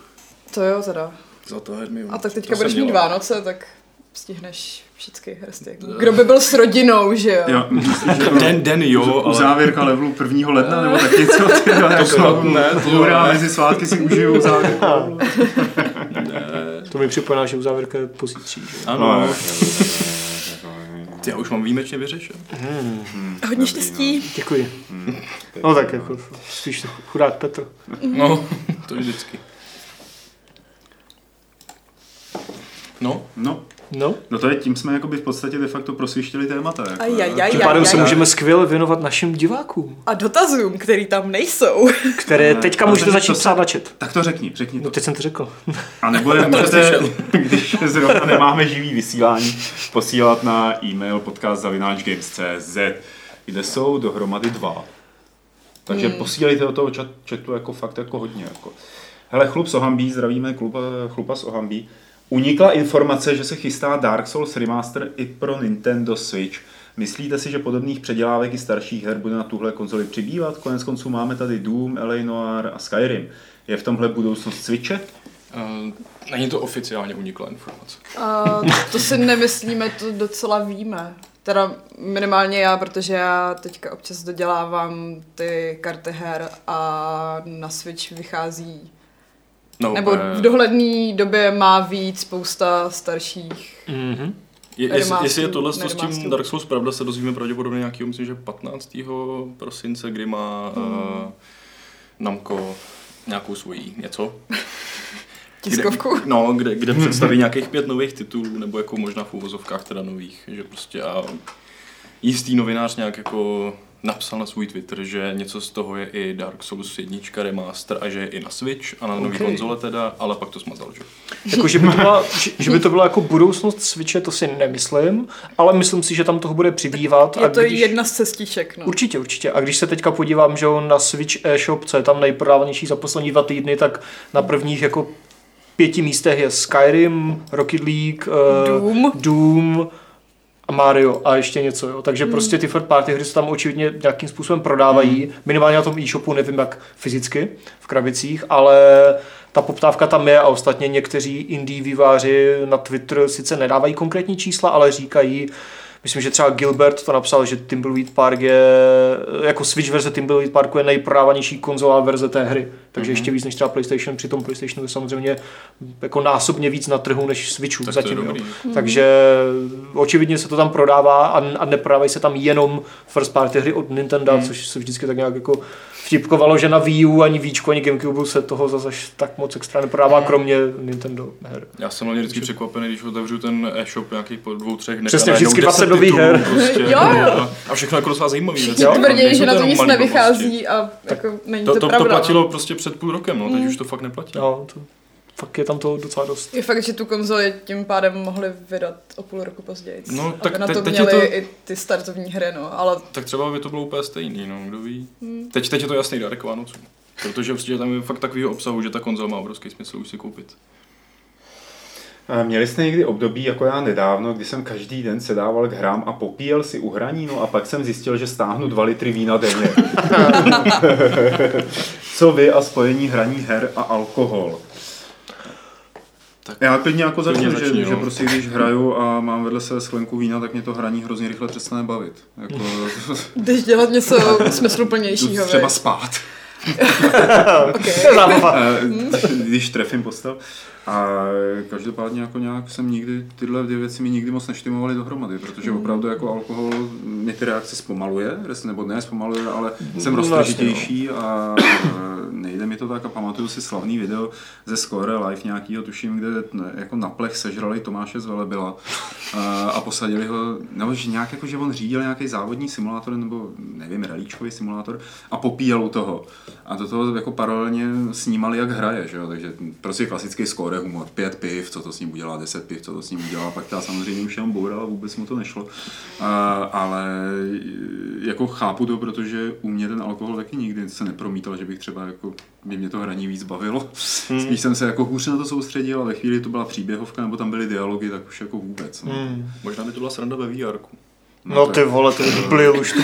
To jo, teda. Za to Hermione. A tak To teďka jsem budeš mít dělal. Vánoce, tak stihneš všechny hrsty. Kdo by byl s rodinou, že jo? Jo, myslím, že Den, den jo, U Jako, ale... závěrka levelu 1. ledna, nebo tak něco, ty jo, jako, snad ne, to hurá, ne. mezi svátky si užiju závěrku. To mi připomíná, že u závěrka je pozítří. že jo. Ano. Ty, já už mám výjimečně vyřešen. Hodně štěstí. Děkuji. No tak jako, spíš chudák Petr. No, to je vždycky. No, No, No. no to je, tím jsme jakoby v podstatě de facto prosvištili témata. Jako, Aj, aj, aj, Tím pádem aj, se aj. můžeme skvěle věnovat našim divákům, A dotazům, který tam nejsou. které teďka ale můžete to- začít to se- psát na chat. Tak to řekni, řekni to. No teď jsem to řekl. A nebo je můžete, když zrovna nemáme živý vysílání, posílat na e-mail podcast.games.cz, kde jsou dohromady dva. Takže hmm. posílejte do toho chat, chatu jako fakt jako hodně. Jako. Hele, chlup z Ohambí, zdravíme kluba, chlupa z Ohambí. Unikla informace, že se chystá Dark Souls remaster i pro Nintendo Switch. Myslíte si, že podobných předělávek i starších her bude na tuhle konzoli přibývat? Konec konců máme tady Doom, LA Noir a Skyrim. Je v tomhle budoucnost Switche? uh, není to oficiálně uniklá informace. A to si nemyslíme, to docela víme. Teda minimálně já, protože já teďka občas dodělávám ty karty her a na Switch vychází, No, nebo eh, v dohledné době má víc spousta starších. Mm-hmm. je, jestli, remasteru- jestli je tohle s neremasteru. tím Dark Souls pravda, se dozvíme pravděpodobně nějakého, myslím, že 15. prosince, kdy má Hmm. uh, Namco nějakou svoji něco. Tiskovku. Kde, no, kde, kde představí nějakých pět nových titulů, nebo jako možná v uvozovkách teda nových, že prostě a jistý novinář nějak jako napsal na svůj Twitter, že něco z toho je i Dark Souls 1 remaster a že je i na Switch a na nový Okay. konzole teda, ale pak to smazal, že? Jako, že by, to byla, že, že by to byla jako budoucnost Switche, to si nemyslím, ale myslím si, že tam toho bude přibývat. Je to když, jedna z cestiček, no. Určitě, určitě. A když se teďka podívám, že jo, na Switch e-shop, co je tam nejprodávanější za poslední dva týdny, tak na prvních jako pěti místech je Skyrim, Rocket League, eh, Doom. Doom a Mario a ještě něco. Jo. Hmm. Takže prostě ty third party hry se tam očividně nějakým způsobem prodávají. Hmm. Minimálně na tom e-shopu, nevím jak fyzicky, v krabicích, ale ta poptávka tam je a ostatně někteří indie výváři na Twitter sice nedávají konkrétní čísla, ale říkají, myslím, že třeba Gilbert to napsal, že Timbleweed Park je, jako Switch verze Timbleweed Parku je nejprodávanější konzola verze té hry. Takže Hmm. mm-hmm. ještě víc než třeba PlayStation, přitom PlayStationu je samozřejmě jako násobně víc na trhu než Switchu Tak to je zatím. jo. dobrý. Takže očividně se to tam prodává a, a neprodávají se tam jenom first party hry od Nintendo, hmm. což se vždycky tak nějak jako vtipkovalo, že na Wii U ani Víčko, ani Gamecube se toho zase až tak moc extra neprodává, kromě Nintendo her. Já jsem hlavně vždycky překvapený, když otevřu ten e-shop nějaký po dvou, třech dnech. Přesně, a najednou vždycky 10 20 nových titulů her. Prostě, Jo, jo. A všechno jako docela zajímavý. jako Všichni tvrdí, že na to nic nevychází a jako není To, to, to pravda. no. Hmm. platilo prostě před půl rokem, no, teď už to fakt neplatí. No, to, fakt je tam toho docela dost. Je fakt, že tu konzoli tím pádem mohli vydat o půl roku později. No, aby tak na te- to teď je měli to- i ty startovní hry, no, ale Tak třeba by to bylo úplně stejný, no, kdo ví. Teď, teď je to jasný dárek Vánocům. Protože prostě tam je fakt takový obsahu, že ta konzola má obrovský smysl už si koupit. A Měli jste někdy období, jako já nedávno, kdy jsem každý den sedával k hrám a popíjel si uhraní, no a pak jsem zjistil, že stáhnu 2 litry vína denně. Co vy a spojení hraní her a alkohol? Tak já klidně jako začnu, klidně že, začni, že no. prostě když hraju a mám vedle sebe sklenku vína, tak mě to hraní hrozně rychle přestane bavit. Jako, Jdeš dělat něco jdu smysluplnějšího, třeba viď? spát. To je zábava. Eh, když trefím postel. A každopádně jako nějak jsem nikdy, tyhle dvě věci mi nikdy moc neštimovaly dohromady, protože opravdu jako alkohol mě ty reakce zpomaluje, res- nebo ne zpomaluje, ale jsem No, roztržitější a eh, nejde mi to tak a pamatuju si slavný video ze Score Live nějakýho, tuším, kde ne, jako na plech sežrali Tomáše z Velebila a, a posadili ho, nebo že nějak jako, že on řídil nějaký závodní simulátor nebo nevím, ralíčkový simulátor a popíjel u toho. A do toho jako paralelně snímali, jak hraje, že jo? takže prostě klasický score humor, pět piv, co to s ním udělá, deset piv, co to s ním udělá, pak ta samozřejmě už jenom bourala, vůbec mu to nešlo. A, ale jako chápu to, protože u mě ten alkohol taky nikdy se nepromítal, že bych třeba jako, by mě to hraní víc bavilo. Hmm. Spíš jsem se jako hůř na to soustředil, ale ve chvíli to byla příběhovka nebo tam byly dialogy, tak už jako vůbec. No. Hmm. Možná by to byla sranda ve VR. No ty vole, to by plil už. To,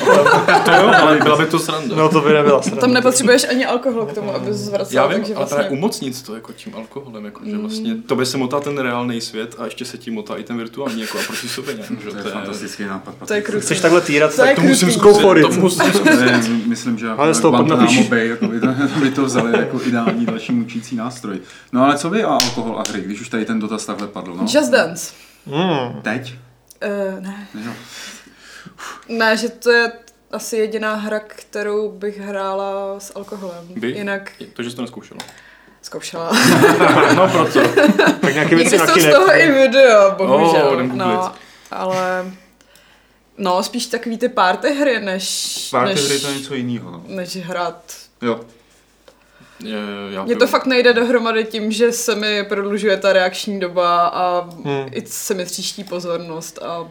To jo, ale byla by to sranda. no to by nebyla Tam sranda. nepotřebuješ ani alkohol k tomu, aby se zvracel, Já vím, takže ale právě vlastně... umocnit to jako tím alkoholem, jako, že vlastně to by se motá ten reálný svět a ještě se tím motá i ten virtuální jako a proti sobě nějak, že To je fantastický nápad. To je Patrik. kruci. Chceš takhle týrat, To je tak to musím krutý. go for it. To musím To je, myslím, že jako Ale z toho Guantanamo podnapíš. Bay, jako by, to, by to vzali jako ideální další mučící nástroj. No ale co vy a alkohol a hry, když už tady ten dotaz takhle padl, no? Just Dance. Hmm. Teď? Uh, ne. Jo. ne, že to je asi jediná hra, kterou bych hrála s alkoholem. By? Jinak To, že jsi to neskoušela. zkoušela. No proto. Tak nějaké věci Někdy na jsou z kinek. toho i video, bohužel. Oh, jdem no, googlit. ale... No, spíš takový ty party hry, než... Party než, hry to je něco jiného, no. než hrát. Jo. Je, já Mně to byl- fakt nejde dohromady tím, že se mi prodlužuje ta reakční doba a hmm. i se mi tříští pozornost a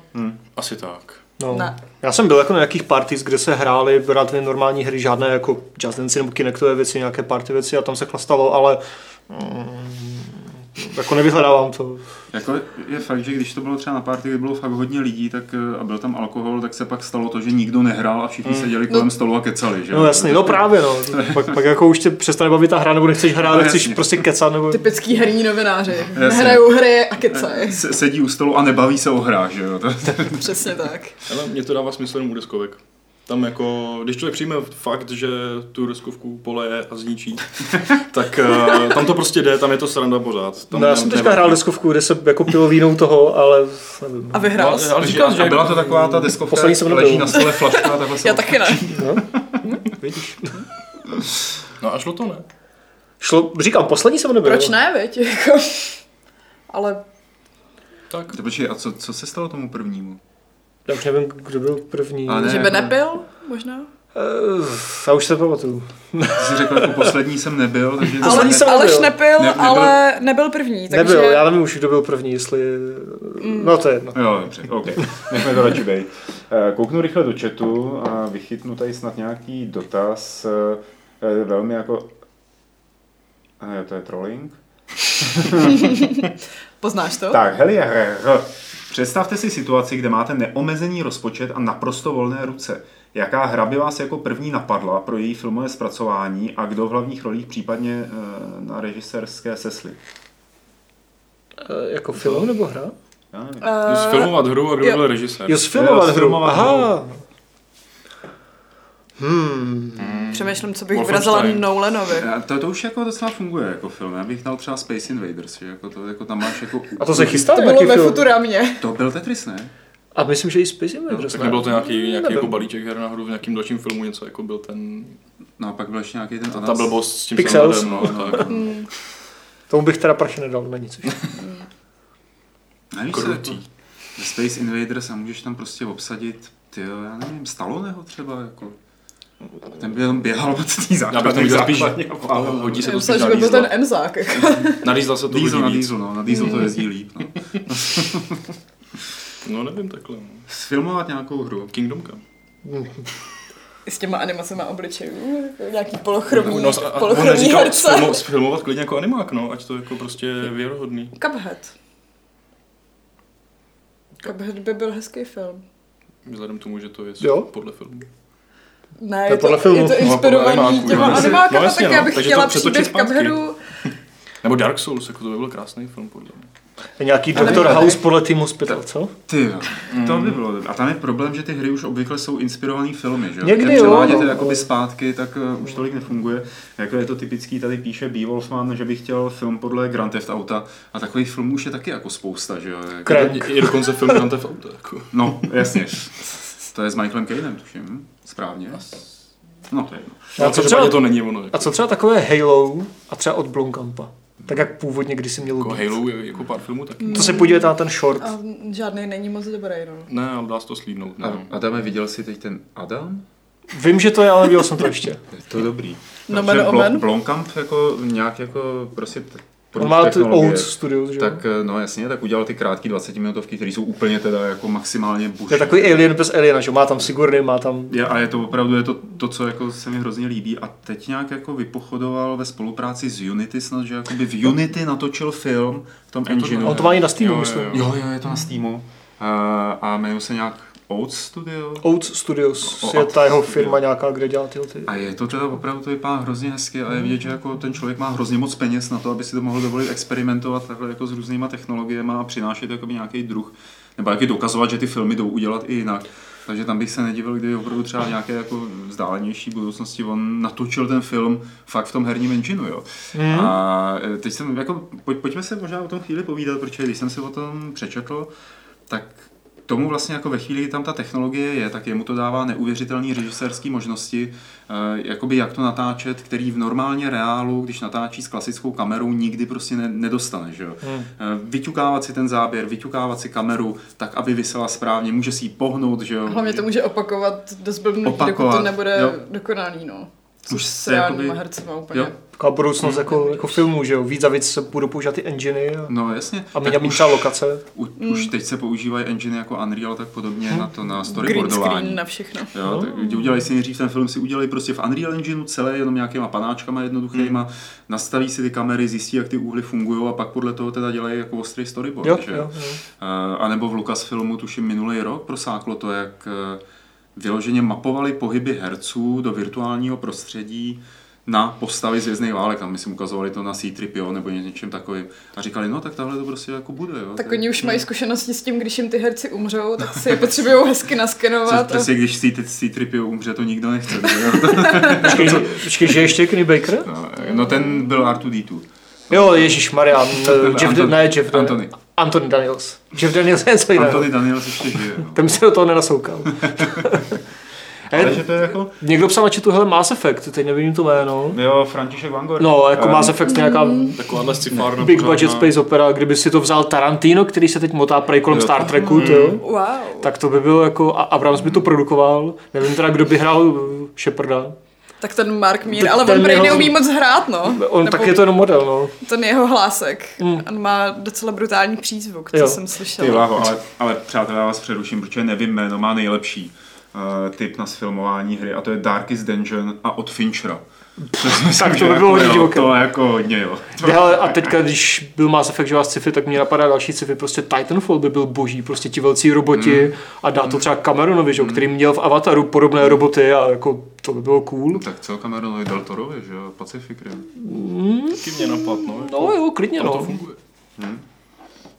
Asi tak. No. Ne. Já jsem byl jako na nějakých parties, kde se hrály právě normální hry, žádné jako Just Dance nebo Kinectové věci, nějaké party věci a tam se chlastalo, ale mm, jako nevyhledávám to. Jako je fakt, že když to bylo třeba na party, kdy bylo fakt hodně lidí tak, eh, a byl tam alkohol, tak se pak stalo to, že nikdo nehrál a všichni seděli No- kolem stolu a kecali, že? Hmm. No jasný, no právě no. Pak, pak jako už tě přestane bavit ta hra, nebo nechceš hrát, No, nechceš jasně. prostě kecat, nebo... typický herní novináři. Hrajou hry a kecají. Se- Sedí u stolu a nebaví se o hrách, že jo? To, Přesně tak. Ale mě to dává smysl jenom u deskovek. Tam jako, když člověk přijme fakt, že tu deskovku poleje a zničí, tak uh, tam to prostě jde, tam je to sranda pořád. Tam No, já jsem teďka hrál deskovku, kde se jako pilo vínou toho, ale nevím. A No, vyhrál jsi. ale říkám, že a byla to taková ta deskovka, Poslední jsem leží nebyl. na stole flaška a takhle se Já taky ne. No. Vidíš. No a šlo to ne. Šlo, říkám, poslední jsem nebyl. Proč ne, viď? Jako. Ale Tak. To počkej, a co, co se stalo tomu prvnímu? Já už nevím, kdo byl první. Ale ne. že by jako- nebyl, možná? Eh, Já už se nepamatuju. Ty jsi řekl, jako poslední jsem nebyl, takže... Ale, jsem nebyl. Aleš nepil, Ne- nebyl. ale nebyl první, takže... Nebyl, já nevím už, kdo byl první, jestli... Mm. No to je jedno. Jo, dobře, OK. Nechme to radši bejt. Eh, Kouknu rychle do chatu a vychytnu tady snad nějaký dotaz. eh, eh, Velmi jako... A jo, to je trolling. Poznáš to? Tak, heli je hra, hra. Představte si situaci, kde máte neomezený rozpočet a naprosto volné ruce. Jaká hra by vás jako první napadla pro její filmové zpracování a kdo v hlavních rolích případně eh, na režisérské sesly? Eh, Jako film nebo hra? Já nevím. Eh, Zfilmovat hru a kdo jo. byl režisér. Jo, Jo, sfilmovat hru. sfilmovat Aha. Hmm. Přemýšlím, co bych Wolfenstein. vrazila Nolanovi. A To, to už jako docela funguje jako film. Já bych dal třeba Space Invaders, že jako to, jako tam máš jako... A to se chystá To nějaký bylo ve film? Futuramě. To byl Tetris, ne? A myslím, že i Space Invaders. No, Tak ne? nebyl to nějaký, nějaký Nebyl. jako balíček her na hru v nějakým dalším filmu, něco jako byl ten, No a pak byl ještě nějaký ten ta Adams. blbost s tím Pixels. Mm. Sandlerem, no, tak. Tomu bych teda prachy nedal na nic. už. Nevíš se, Krutý. jako, ve Space Invaders a můžeš tam prostě obsadit, ty já nevím, Stalloneho třeba, jako. A ten by tam běhal od té Já bych to základny. viděl k spíš, základně a a válel. hodí se to no. Myslím, spíš že na by byl Diesel. ten Emzák. jako. Na Diesel se to Diesel na hodí víc. diesel, no, na diesel to jezdí líp. No. No nevím takhle. no. Sfilmovat nějakou hru. Kingdomka. s těma animacema obličejů, jako nějaký polochromní, No, a- a- on polochromní říkal, herce. filmo, filmovat klidně jako animák, no, ať to jako prostě je věrohodný. Cuphead. Cuphead by byl hezký film. Vzhledem k tomu, že to je Jo. podle filmu. Ne, To je je to, podle filmu. je to No, podle inspirovaný animáku, těma no. animákama, No, tak jasně, já no. bych Takže to chtěla přetočit příběh zpátky. Cupheadu. Nebo Dark Souls, jako to by byl krásný film, podle mě. Nějaký Dr. nebyl. House podle Timu Spittle, co? Ty jo, Mm. to by bylo. dobré. A tam je problém, že ty hry už obvykle jsou inspirovaný filmy, že Někdy Když jo, převádět no. je jakoby zpátky, tak uh, už tolik nefunguje. Jako je to typický, tady píše B. Wolfman, že by chtěl film podle Grand Theft Auta a takových filmů už je taky jako spousta, že jo. Jako- Crank. Je, je dokonce film Grand Theft Auto, jako. No, jasně. To je s Michaelem Cainem, tuším. Správně. No, to je jedno. A co třeba? to není ono. a co třeba takové Halo a třeba od Blomkampa? Tak jak původně kdysi mělo Jako být. Halo je jako pár filmů taky. Hmm. To se podívejte na ten short. A žádný není moc dobrý, no. Ne, ale dá se to slídnout. Ne. A, Adame, viděl jsi teď ten Adam? Vím, že to je, ale neviděl jsem to ještě. Je to dobrý. No, Protože jmen Blo- omen. Blomkamp jako nějak jako prostě t- On má tu technologie. Old Studios, že jo? Tak eh, no jasně, tak udělal ty krátké 20 minutovky, které jsou úplně teda jako maximálně buš. To je takový Alien bez Aliena, že jo? Má tam Sigurny, má tam... je, a je to opravdu je to, to, co jako se mi hrozně líbí. A teď nějak jako vypochodoval ve spolupráci s Unity snad, že jakoby v Unity natočil film v tom engineu. On to má i na Steamu, Jo, jo, myslím. jo. Jo, jo, je to na Steamu. Uh, a jmenuje se nějak Old Studio. Old Studios O, je Old ta jeho Studio. firma nějaká, kde dělá tyhle ty... A je to teda opravdu, to vypadá hrozně hezky a je vidět, že jako ten člověk má hrozně moc peněz na to, aby si to mohl dovolit experimentovat takhle jako s různýma technologiemi a přinášet jakoby nějaký druh, nebo jaký dokazovat, že ty filmy jdou udělat i jinak. Takže tam bych se nedivil, kdyby opravdu třeba v nějaké jako vzdálenější budoucnosti on natočil ten film fakt v tom herním engineu, jo. Hmm. A eh, teď jsem, jako, poj- pojďme se možná o tom chvíli povídat, protože když jsem si o tom přečetl, tak tomu vlastně jako ve chvíli, kdy tam ta technologie je, tak jemu to dává neuvěřitelné režisérské možnosti, eh, jakoby jak to natáčet, který v normálně reálu, když natáčí s klasickou kamerou, nikdy prostě ne, nedostane. Že? jo. Eh, Vyťukávat si ten záběr, vyťukávat si kameru tak, aby vysela správně, může si ji pohnout. Že? jo. Hlavně to může opakovat do zblbnutí, dokud to Opakovat, nebude jo. dokonalý, no. Už Což s se reálnýma jakoby- hercema úplně. jo. Taková budoucnost jako, jako filmů, že jo? Víc a víc se budou používat ty enginy a, No jasně. a Tak méně už- už... třeba lokace. U, Už teď se používají engine jako Unreal a tak podobně na to na Hmm. Green storyboardování. screen na všechno. Jo, tak udělají si nejdřív ten film, si udělají prostě v Unreal Engineu celé jenom nějakýma panáčkama jednoduchýma, Hmm. nastaví si ty kamery, zjistí, jak ty úhly fungují a pak podle toho teda dělají jako ostrý storyboard. Jo, že? jo, jo. Eh, A nebo v Lucasfilmu tuším minulý rok prosáklo to, jak eh, vyloženě mapovali pohyby herců do virtuálního prostředí na postavy z Věznej válek, tam myslím ukazovali to na C-3PO nebo ně- něčem takovým. A říkali, no tak tahle to prostě jako bude. Jo. Tak To je- oni už mají zkušenosti s tím, když jim ty herci umřou, tak si je potřebují hezky Což naskenovat. a- přesně, když C- C-3PO umře, to nikdo nechce. že jo? Počkej, počkej, že ještě Kenny Baker? No, no ten byl R2D2. Jo, Ježíš Maria, Jeff, Anton- ne, Jeff Dan- Anthony. Anthony Daniels. Jeff Daniels je něco jiného. Anthony Daniels ještě žije. No. Ten se do toho nenasoukal. Ale Hele, že to je jako, Někdo psal na chatu, hele, Mass Effect, teď nevím to jméno. jo, František Van Gogh. No, jako Ehm, Mass Effect nějaká Takováhle sci-fi. big budget space opera, kdyby si to vzal Tarantino, který se teď motá prej kolem Jo. Star Treku, to jo. Wow. Tak to by bylo jako, a Abrams by to produkoval, nevím teda, kdo by hrál uh, Sheparda. Tak ten Mark Mír, Ten- ale ten on prej jeho- neumí moc hrát, no. On Nebo tak je to jenom model, no. Ten jeho hlásek. On má docela brutální přízvuk, co Jo. jsem Hmm. Ty slyšela. láho, ale, ale přátelé, já vás přeruším, protože nevím jméno, má nejlepší uh, typ na sfilmování hry a to je Darkest Dungeon a od Finchera. Tak to by bylo hodně jako, jo, divoké. To jako hodně, jo. Hele, a teďka, když byl Mass Effect, že vás sci-fi, tak mě napadá další sci-fi, prostě Titanfall by byl boží, prostě ti velcí roboti Hmm. a dá to třeba Cameronovi, že, jo, který měl v Avataru podobné roboty a jako to by bylo cool. Tak co Cameronovi Del Torovi, že jo, Pacific Rim. Hmm. Taky mě napad, no. No jo, klidně To no. funguje.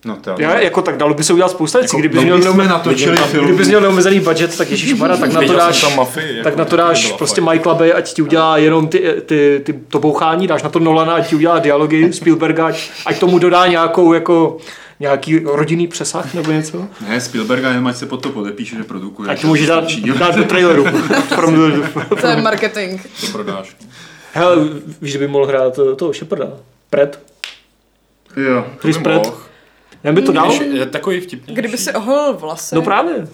No to Já, jako tak dalo by se udělat spousta věcí, Jako kdyby no, měl, my jsme neume- natočili kdyby- film. kdyby měl neomezený budget, tak Ježíš tak na to Viděl jsem dáš, tam mafii, jako, tak na to dáš byla prostě fajn. Michaela Bay, ať ti udělá jenom ty, eh, ty, ty, to bouchání, dáš na to Nolana, ať ti udělá dialogy Spielberga, ať, ať tomu dodá nějakou jako nějaký rodinný přesah nebo něco. Ne, Spielberga jenom ať se pod to podepíše, že produkuje. Ať to můžeš dát, Stačí, jo. dát do traileru. From the, To je marketing. To prodáš. hele, víš, že by mohl hrát eh, toho Sheparda? Pred? Jo. Chris To by Pratt? No. mohl. Já by to Hmm, dal? Když Je takový vtipný. Kdyby si ohol vlasy. No právě.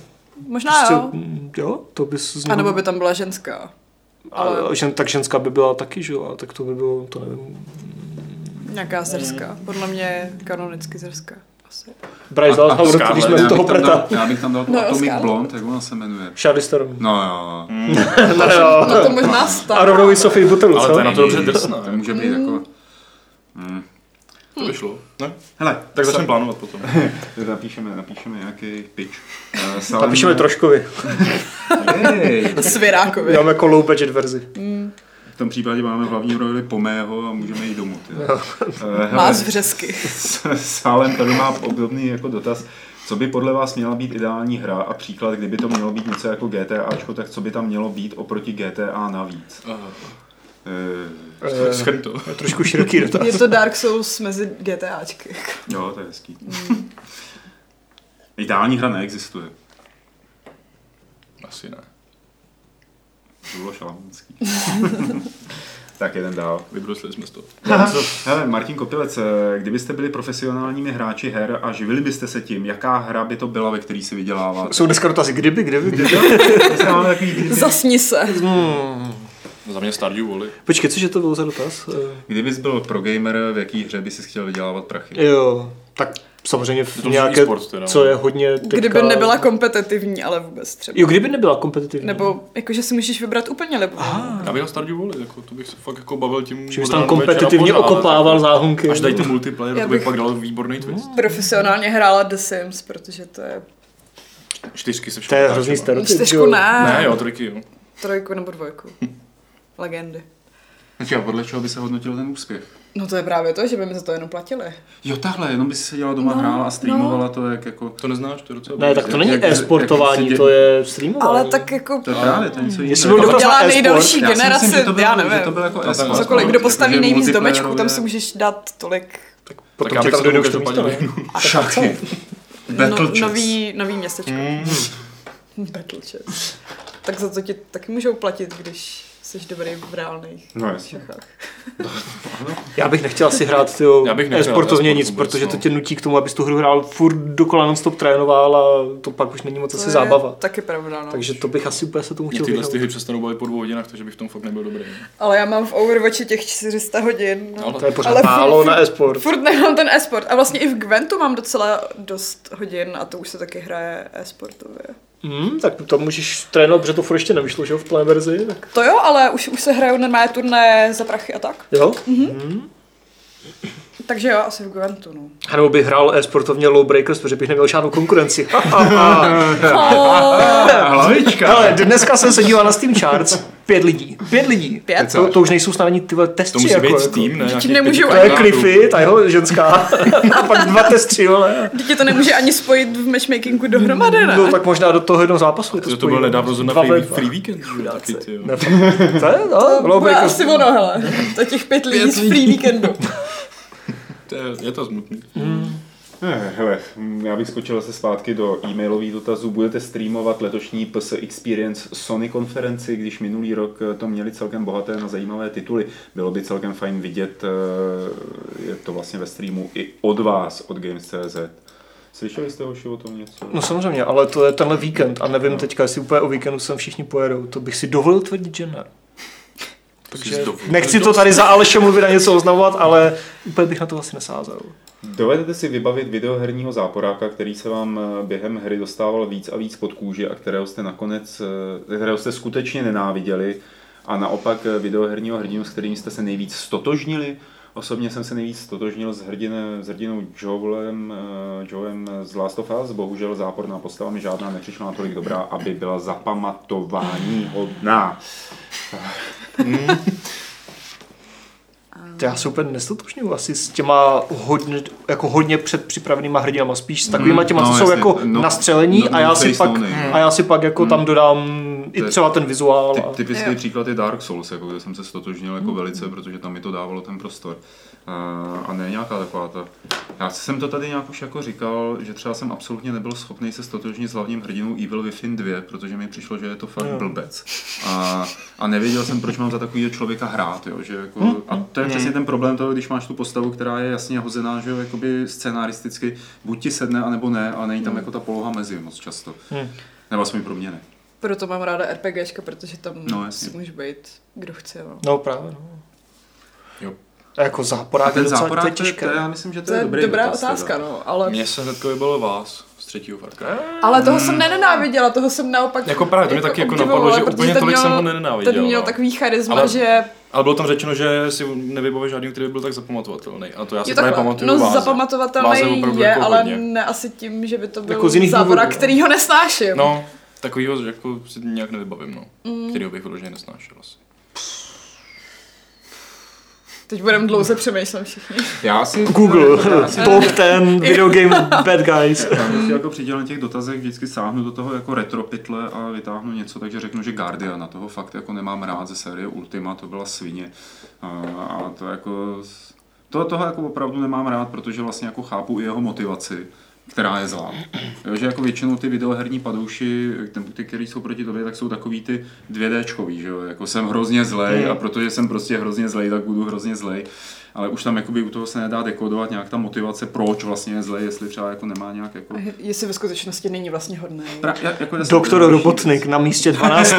Možná prostě- jo. mm, jo, to by z A něho... nebo by tam byla ženská. a, žen, tak ženská by byla taky, že jo, a tak to by bylo, to nevím. Nějaká zrska. Podle mě kanonicky zrska. Asi. Bryce Dallas Howard, když jsme u já, toho bych tam preta. dal, já bych tam dal tu No, Atomic Scarlett. Blonde, jak ona se jmenuje. Shady Storm. No jo, No jo. No to možná stát. A rovnou i Sophie Butelu, Ale to co? je na to dobře drsná. to může být jako... To by šlo. Ne? Hele, Tak začneme plánovat potom. Eh. napíšeme, napíšeme nějaký pitch. Eh, Salem- Napíšeme troškovi. Jej. Svěrákovi. Dáme jako low budget verzi. V tom případě máme hlavní roli Pomého a můžeme jít domů. Ty. Eh, Má hele, z vřesky. s- Sálem tady má obdobný jako dotaz. Co by podle vás měla být ideální hra a příklad, kdyby to mělo být něco jako GTAčko, tak co by tam mělo být oproti GTA navíc? Eh, Eh, Schrn to. Trošku široký dotaz. Je to Dark Souls mezi GTAčky. Jo, to je hezký. Ideální hra neexistuje. Asi ne. To bylo šalamunský. tak jeden dál. Vybrusili jsme z toho. Jako, Hele, Martin Kopilec, eh, kdybyste byli profesionálními hráči her a živili byste se tím, jaká hra by to byla, ve který si vyděláváte? Jsou dneska dotazy, kdyby, kdyby, kdyby. Dneska máme takový kdyby. Zasni se. Hmm. No, Za mě Stardew Valley. Počkej, cože to bylo za dotaz? Eh, Kdybys byl pro gamer, v jaký hře by si chtěl vydělávat prachy? Eh, Jo, tak samozřejmě v to nějaké, e-sport teda. co je hodně teďka... Kdyby nebyla kompetitivní, ale vůbec třeba. Jo, kdyby nebyla kompetitivní. Nebo jakože si můžeš vybrat úplně libovolně. Já bych na Stardew Valley, jako to bych se fakt jako bavil tím... Že bys tam moderním kompetitivně večera pořád, okopával záhonky. No. jako. Až dají ten multiplayer, Já to bych bych- pak dal výborný twist. Profesionálně hrála The Sims, protože to je Čtyřky se To všude je dá hrozný třeba. stereotyp. že čtyřku jo? ne, Ne, jo, trojky, jo. trojku nebo dvojku. Legendy. Počkej, a podle čeho by se hodnotil ten úspěch? No to je právě to, že by mi za to jenom platili. Jo, takhle, jenom by si seděla doma, No, hrála a streamovala to, jak jako... To neznáš, to je docela... Ne, tak to není Jak- jak- e-sportování, jak se to dě- je streamování. Ale tak jako To je právě, to je něco Jestli jiného. byl to dotaz na dělá e-sport. nejdelší Já si myslím, generace, že to bylo- já Že to nevím. bylo jako tak, e-sport. Za kolik, kdo postaví Jakože nejvíc domečku, tam multiplayerově- si můžeš dát tolik tak Potom já ti bych tam se dojde už to tomu místo, ne? každopádně Šachy. no, Battle chess. Mm. nový, nový městečko. Battle chess. Tak za to ti taky můžou platit, když jsi dobrý v reálných No jasně. šachách. Já bych nechtěl asi hrát tyjo, Já bych nechtěl e-sportovně e-sport nic, vůbec, protože to no. tě nutí k tomu, abys tu hru hrál furt dokola non-stop trénoval a to pak už není moc asi je zábava. Taky pravda, no. Takže to bych asi úplně se tomu Mě chtěl tyhle ty vyhnout. hry přestanou bavit po dvou hodinách, takže bych v tom fakt nebyl dobrý. Ale já mám v Overwatchi těch 400 hodin. No. Ale To je pořád Ale furt- málo na e-sport. Furt nemám ten e-sport. A vlastně i v Gwentu mám docela dost hodin a to už se taky hraje e-sportově. Hmm, tak tam můžeš trénovat, protože to furt ještě nevyšlo, že jo, v plné verzi. Tak. To jo, ale už, už se hrajou normálně turné za prachy a tak. Jo? Takže jo, asi v Gwentu, no. A nebo bych hrál e-sportovně Low Breakers, protože bych neměl žádnou konkurenci. Hlavička! Ale dneska jsem se díval na Steam Charts. Pět lidí. Pět lidí. Pět? To, to už nejsou snadní ty vole, testři. To musí jako, být jako. Steam, ne? Nějaký nemůžou pěti To je kamarádů. Cliffy, ta jeho ženská. A pak dva testři, vole. Teď tě to nemůže ani spojit v matchmakingu dohromady, ne? No tak možná do toho jednoho zápasu. je To, to spojí. bylo nedávno zrovna Dva ve free, dva. free Weekend, že jo, taky, ty jo. Ne, fakt. To je, no, Low Bude jako- Breakers. asi ono, hele. To těch pět lidí z free víkendu. To je, je to smutný. Mm, Eh, Hele, mm, já bych skočil se zpátky do e-mailových dotazů. Budete streamovat letošní PS Experience Sony konferenci, když minulý rok eh, to měli celkem bohaté na zajímavé tituly. Bylo by celkem fajn vidět, eh, je to vlastně ve streamu i od vás, od Games.cz. Slyšeli jste hoši o tom něco? No samozřejmě, ale to je tenhle víkend a nevím teďka, jestli úplně o víkendu sem všichni pojedou. To bych si dovolil tvrdit, že ne. Takže nechci to tady za Aleše mluvit a něco oznamovat, ale úplně bych na to asi nesázel. Dovedete si vybavit videoherního záporáka, který se vám eh, během hry dostával víc a víc pod kůži a kterého jste nakonec, eh, kterého jste skutečně nenáviděli a naopak eh, videoherního hrdinu, s kterým jste se nejvíc stotožnili? Osobně jsem se nejvíc stotožnil s, hrdine, s hrdinou Joelem, eh, Joelem z Last of Us. Bohužel záporná postava mi žádná nepřišla natolik dobrá, aby byla zapamatování hodná. To já se úplně nestotožňuji asi s těma hodně, jako hodně předpřipravenýma hrdinama, spíš s takovýma těma, no, co jsou jasně, jako no, nastřelení no, a, já no si face, pak, no name. a já si pak jako tam dodám i To je- třeba ten vizuál. Ty, a- typický Jo. příklad je Dark Souls, jako kde jsem se stotožnil jako velice, protože tam mi to dávalo ten prostor. A- A ne nějaká taková ta. Já jsem to tady nějak už jako říkal, že třeba jsem absolutně nebyl schopný se stotožnit s hlavním hrdinou Evil Within 2, protože mi přišlo, že je to fakt blbec. A, a nevěděl jsem, proč mám za takového člověka hrát. Jo? Že jako, a to je přesně ten problém toho, když máš tu postavu, která je jasně hozená, že jo, jakoby scenaristicky buď ti sedne, anebo ne, a není tam jako ta poloha mezi moc často. Nebo aspoň pro mě ne. Proto mám ráda RPGčka, protože tam No, no, jasně. si může být kdo chce. No. No právě, no. Jo. A jako záporák ten je docela to je záporák, to je, těžké. to je, já myslím, že to To je, je dobrý dobrá dotaz, teda. otázka, no, ale... Mně se hned vybilo vás z třetího Far Eh. Cry. Ale toho jsem nenenáviděla, toho jsem naopak Hmm. Jako právě, to mě taky jako obdivovala, napadlo, že protože úplně ten tolik měl- jsem ho nenenáviděl, Ten měl no. takový charisma, Ale- že... Ale bylo tam řečeno, že si nevybavil žádný, který by byl tak zapamatovatelný. A to já si Jo, právě tak, pamatuju no váze. Váze zapamatovatelný opravdu je, jako ale hodně. ne asi tím, že by to byl Jako z jiných závora, důvodů, no. který ho nesnáším. No, takovýho že jako si nějak nevybavím, no. Mm. Kterýho bych vyloženě nesnášel asi. Teď budeme dlouze přemýšlím všichni. Já si... Google, Já si top 10 video game bad guys. Já vždycky jako přidělám těch dotazech, vždycky sáhnu do toho jako retro pytle a vytáhnu něco, takže řeknu, že Guardian, na toho fakt jako nemám rád ze série Ultima, to byla svině. A, a to jako... To, toho jako opravdu nemám rád, protože vlastně jako chápu i jeho motivaci, která je zlá. Jo, že jako většinou ty videoherní padouši, ten- ty, který jsou proti tobě, tak jsou takový ty 2Dčkový, že jo, jako jsem hrozně zlej a protože jsem prostě hrozně zlej, tak budu hrozně zlej. Ale už tam jakoby u toho se nedá dekodovat nějak ta motivace, proč vlastně je zlej, jestli třeba jako nemá nějak jako... Jestli ve skutečnosti není vlastně hodný. Pra, ja- jako jasně, Doktor další Robotnik na místě 12.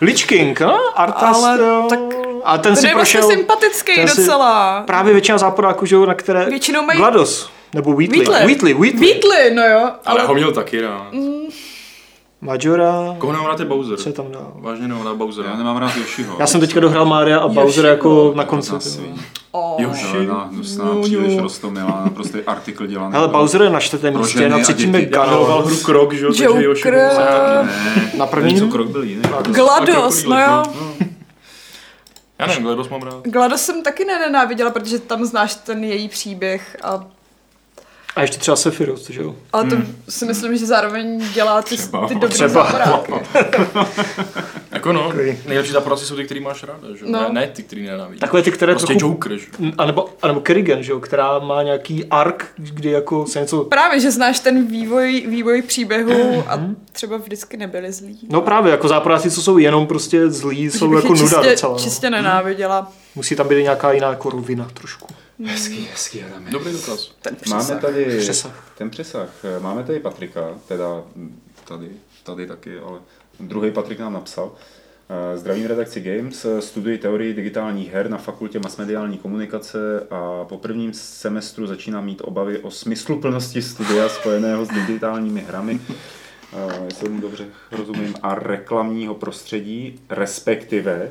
Lich King, no? Artast, Ale jo. tak- A ten Ten si je vlastně prošel sympatický ten si- docela. právě většina záporáků, že jo, na které... Většinou mají- GLaDOS, nebo Wheatley. Wheatley. Wheatley, Wheatley. Beatle, no jo. Ale, ale ho měl taky rád. Mm. Majora, Koho nemám rád je Bowser. co je tam dál? Vážně nemám rád Bowser. Já nemám rád Yoshiho. Já jsem teďka dohrál Mária a Bowser jako na konci. jo. O, No, Žádná hnusná, No, příliš rostomilá, prostě artikl dělaný. Hele, to- Bowser je na čtvrtém místě, ženy na a třetím děti. je Já miloval Ganon. hru Krok, že jo, takže Yoshi Joker, Bowser. Ne, Na první? Ten, co krok byl jiný. Jako GLaDOS, no jo. Já nevím, Gledos mám rád. GLaDOS jsem taky nenenáviděla, protože tam znáš ten její příběh a A ještě třeba Sephiroth, že jo? ale to si myslím, že zároveň dělá ty, Třeba. ty dobrý Třeba. záporáky. Jako no, Takový. nejlepší záporáci jsou ty, který máš ráda, že jo? No. Ne, ne ty, který nenávidíš. Takové ty, které Prostě trochu... Joker, že jo? A nebo, a nebo Kerrigan, že jo, která má nějaký ark, kdy jako se něco... Právě, že znáš ten vývoj, vývoj příběhu a Hmm. třeba vždycky nebyli zlí. No právě, jako záporáci, co jsou jenom prostě zlí, Takže jsou bych jako je nuda čistě, docela. no. čistě nenáviděla. Musí tam být nějaká jiná jako rovina trošku. Hezký, hezký, Adame. Dobrý dotaz. Ten Máme přesah. tady Přesah. ten přesah. Máme tady Patrika, teda hm, tady, tady taky, ale druhý Patrik nám napsal. Eh, Zdravím redakci Games, eh, studuji teorii digitálních her na fakultě masmediální komunikace a po prvním semestru začínám mít obavy o smysluplnosti studia spojeného s digitálními hrami. Eh, Jestli tomu dobře rozumím, a reklamního prostředí, respektive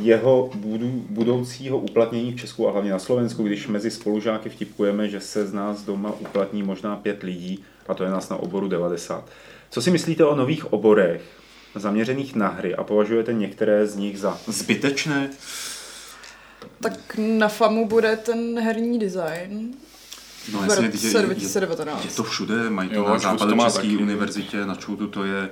jeho budu, budoucího uplatnění v Česku a hlavně na Slovensku, když mezi spolužáky vtipkujeme, že se z nás doma uplatní možná pět lidí, a to je nás na oboru 90. Co si myslíte o nových oborech zaměřených na hry a považujete některé z nich za Zbytečné. Tak na FAMu bude ten herní design. No V jasně, roce je, je, je 2019. to všude, mají to Jo, na až to má západočeské taky. univerzitě, na Čoutu to je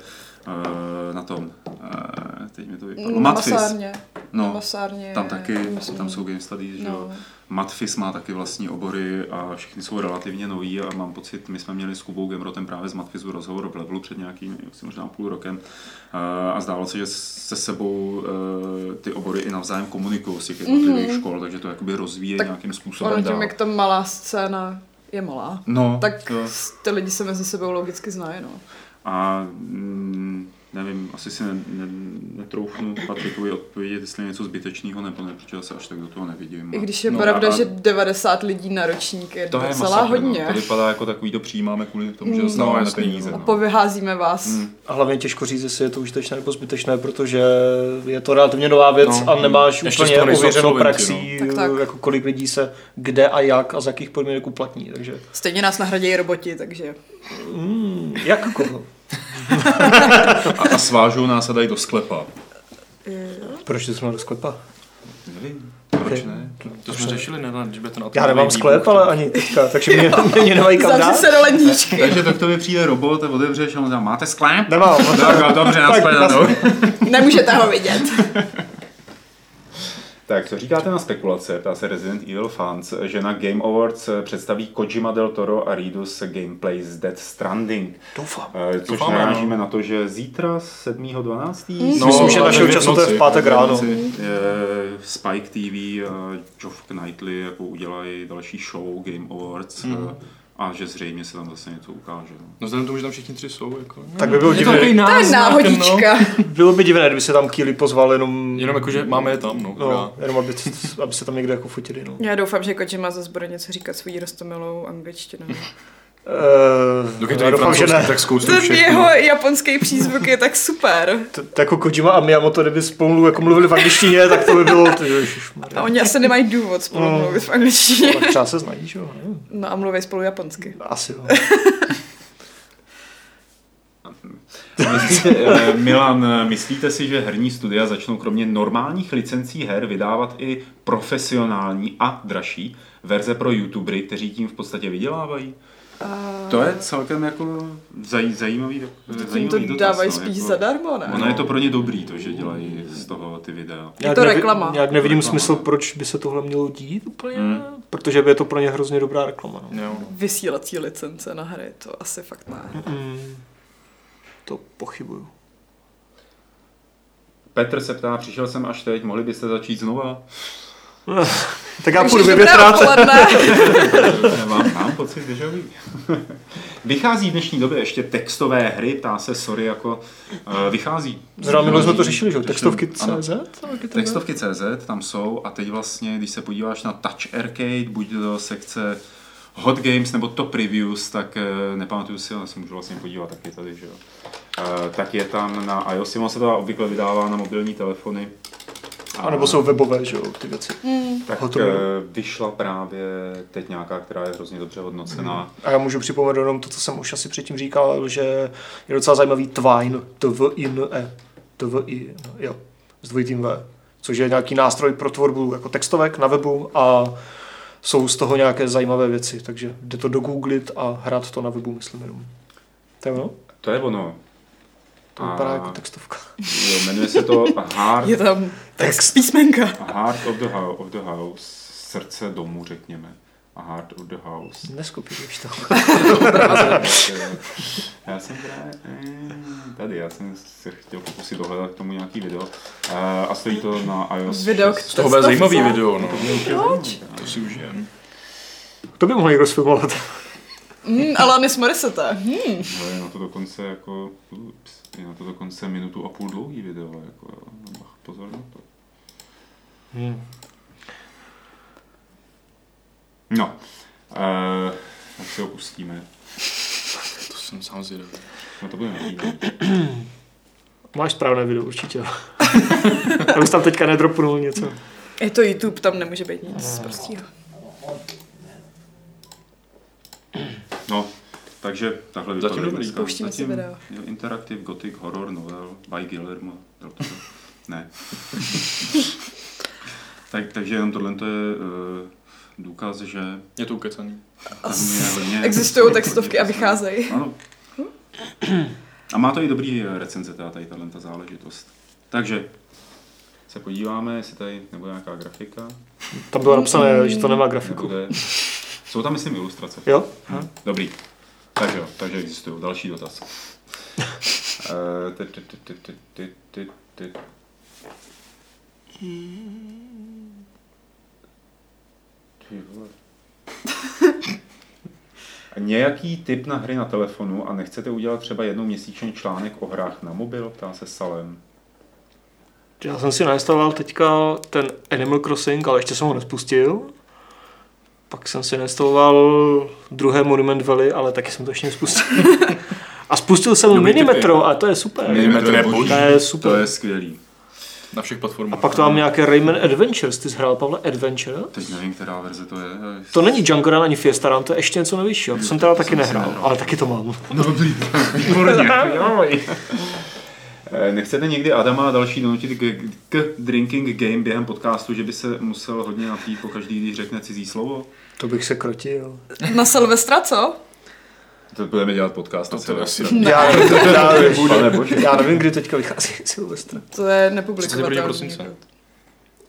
eh, na tom, eh, teď mi to vypadlo, No, Na Matfis. Masárně. Na No, masárně. tam taky, Eh, myslím. tam jsou game studies, že jo. No. Matfis má taky vlastní obory a všichni jsou relativně noví a mám pocit, my jsme měli s Kubou Gemrotem právě z Matfisu rozhovor o levelu před nějakým, asi možná půl rokem Eh, a- a zdálo se, že se sebou eh, ty obory i navzájem komunikují z těch jednotlivých mm-hmm. škol, takže to jakoby rozvíje Mhm. Tak nějakým způsobem Ono dál. tím, jak ta malá scéna je malá, No, tak to- ty lidi se mezi sebou logicky znají, no. A mm, nevím, asi si ne, ne, netroufnu Patrikovi odpovědět, jestli je něco zbytečného nebo ne, protože já se až tak do toho nevidím. I když je No, pravda, a- a že 90 lidí na ročník je To je docela masakr, hodně. No. To vypadá jako takový, to přijímáme kvůli tomu, že No, dostáváme jasný, peníze. no. A No. povyházíme vás. A hlavně těžko říct, jestli je to užitečné nebo zbytečné, protože je to relativně nová věc No, a nemáš ještě z úplně toho nejsou ověřenou absolventi, praxí, no. Tak, tak. jako kolik lidí se kde a jak a za jakých podmínek uplatní. Takže Stejně nás nahradějí roboti, takže... jak koho? A, a svážou nás a dají do sklepa. Proč ty jsi měl do sklepa? Nevím, Ty- proč ne? To jsme řešili, ne, když by ten Já nemám sklep, ale ani teďka, takže mě, mě nemají kam Zavři dát. se do ledničky. Takže tak to mi přijde robot a odevřeš a on říká, máte sklep? Nemám. Tak, a dobře, Tak, vlastně. nashledanou. no. Nemůžete ho vidět. Tak, co říkáte na spekulace, ptá se Resident Evil fans, že na Game Awards eh, představí Kojima del Toro a Reedus gameplay z Death Stranding. Doufám. Eh, Což Doufáme, narážíme na to, že zítra 7.12. No, Myslím, že ale našeho ve času to je noci. v pátek ráno. Eh, Spike TV a Geoff Knightley jako udělají další show Game Awards eh, A že zřejmě se tam zase něco ukáže. No. No vzhledem k tomu, že tam všichni tři jsou, jako. no. Tak by bylo Je to takový divné, To je náznak, No. náhodička. bylo by divné, kdyby se tam Kýli pozval jenom, Jenom jako, že máme je tam, no. no, no. jenom aby, aby, se tam někde jako fotili. No. Já doufám, že Kojima zase bude něco říkat svůj rostomilou angličtinou. Eh, Dokud to já je doufám, že francouzský, ne. tak zkouším Ten všechno. jeho japonský přízvuk je tak super. To, to jako Kojima a Miyamoto, kdyby spolu jako mluvili v angličtině, tak to by bylo, ty A oni asi nemají důvod spolu Mm. mluvit v angličtině. tak třeba se znají, že jo? nevím. No a mluví spolu japonsky. Asi jo. Myslíte, eh, Milan, eh, myslíte si, že herní studia začnou kromě normálních licencí her vydávat i profesionální a dražší verze pro youtubery, kteří tím v podstatě vydělávají? To je celkem jako zaj, zajímavý, Eh, Tím zajímavý to dotaz, dávají no, spíš jako- zadarmo, Ono ne? je to pro ně dobrý, to, že dělají z toho ty videa. Je to nevi- reklama. Já nevidím Reklama. smysl, proč by se tohle mělo dít úplně, Hmm. protože by je to pro ně hrozně dobrá reklama. No. Jo, no. Vysílací licence na hry, to asi fakt ne. Hmm. Mm, to pochybuju. Petr se ptá, přišel jsem až teď, mohli byste začít znova? Tak já Takže půjdu dobré vyvětrat. odpoledne. mám, mám pocit, že jo. Vychází v dnešní době ještě textové hry, ptá se, sorry, jako eh, vychází. Zrovna minule jsme to Vychází. řešili, že jo? Textovky Ano. CZ? Textovky CZ tam jsou a teď vlastně, když se podíváš na Touch Arcade, buď do sekce Hot Games nebo Top Reviews, tak eh, nepamatuju si, ale si můžu vlastně podívat taky tady, že jo. Eh, Tak je tam na iOS, ono se to obvykle vydává na mobilní telefony. A nebo jsou webové, že jo, ty věci. Tak Hot Review. eh, vyšla právě teď nějaká, která je hrozně dobře hodnocená. A já můžu připomenout jenom to, co jsem už asi předtím říkal, že je docela zajímavý Twine, t v i n e t v i n jo, s dvojitým V, což je nějaký nástroj pro tvorbu jako textovek na webu a jsou z toho nějaké zajímavé věci, takže jde to dogooglit a hrát to na webu, myslím jenom. To je ono? To je ono. To vypadá jako textovka. jo, jmenuje se to Heart, Je tam Text. text písmenka. Heart of, the house, of the House, srdce domu, řekněme. A Heart of the House. Neskopíruješ to. Já jsem právě eh, tady, já jsem se chtěl pokusit dohledat k tomu nějaký video. Eh, A stojí to na iOS Video k 6. Z toho bude textovce. zajímavý video, no. Proč? To si užijem. To by mohl někdo sfilmovat. Mm, Alanis Morissette. Hm. Ale je na to dokonce jako, ups, je na to dokonce minutu a půl dlouhý video, jako jo. Bach, pozor na to. No, eh, tak si ho pustíme. To jsem sám zvědavý. No to bude nevýdat. Máš správné video, určitě. Já bych tam teďka nedropnul něco. Je to YouTube, tam nemůže být nic prostýho. No, takže takhle Zatím vypadají dobrý. dneska. Pouštíme si video. jo, Interactive Gothic Horror Novel by Guillermo del Toro. Ne. tak, takže jenom tohle to je eh, důkaz, že Je to ukecaný. tam je hodně- Existují textovky a vycházejí. Ano. A má to i dobrý eh, recenze, teda tady tahle ta záležitost. Takže se podíváme, jestli tady nebo nějaká grafika. Tam bylo napsané, že to nemá grafiku. Nebude. Jsou tam, myslím, ilustrace. Jo? Dobrý. Takže jo, takže existují. Další dotaz. Eh, ty, ty, ty, ty, ty, ty, ty, ty. Ty vole. A Nějaký tip na hry na telefonu a nechcete udělat třeba jednou měsíčně článek o hrách na mobil? Ptá se Salem. Já jsem si nainstaloval teďka ten Animal Crossing, ale ještě jsem ho nespustil. Pak jsem si nainstaloval druhé Monument Valley, ale taky jsem to ještě nespustil. A spustil jsem Dobrý Minimetro a to je super. Milimetr je To boží. je super. skvělý. Na všech platformách. Pak to mám nějaké Rayman Adventures, ty jsi hrál, Pavle, Adventure? Teď nevím, která verze to je. To není Junkoran ani Fiesta Run, to je ještě něco novějšího. To jsem teda taky nehrál, ale taky to mám. No dobrý, výborně. Eh, Nechcete někdy Adama a další donutit k, k drinking game během podcastu, že by se musel hodně napít po každý, když řekne cizí slovo? To bych se krotil. Na Silvestra, co? To budeme dělat podcast. To je asi Já nevím, já, nevím, Pane bože. já nevím, kdy teďka vychází Silvestr. To je 31. nepublikovatelný. prosince.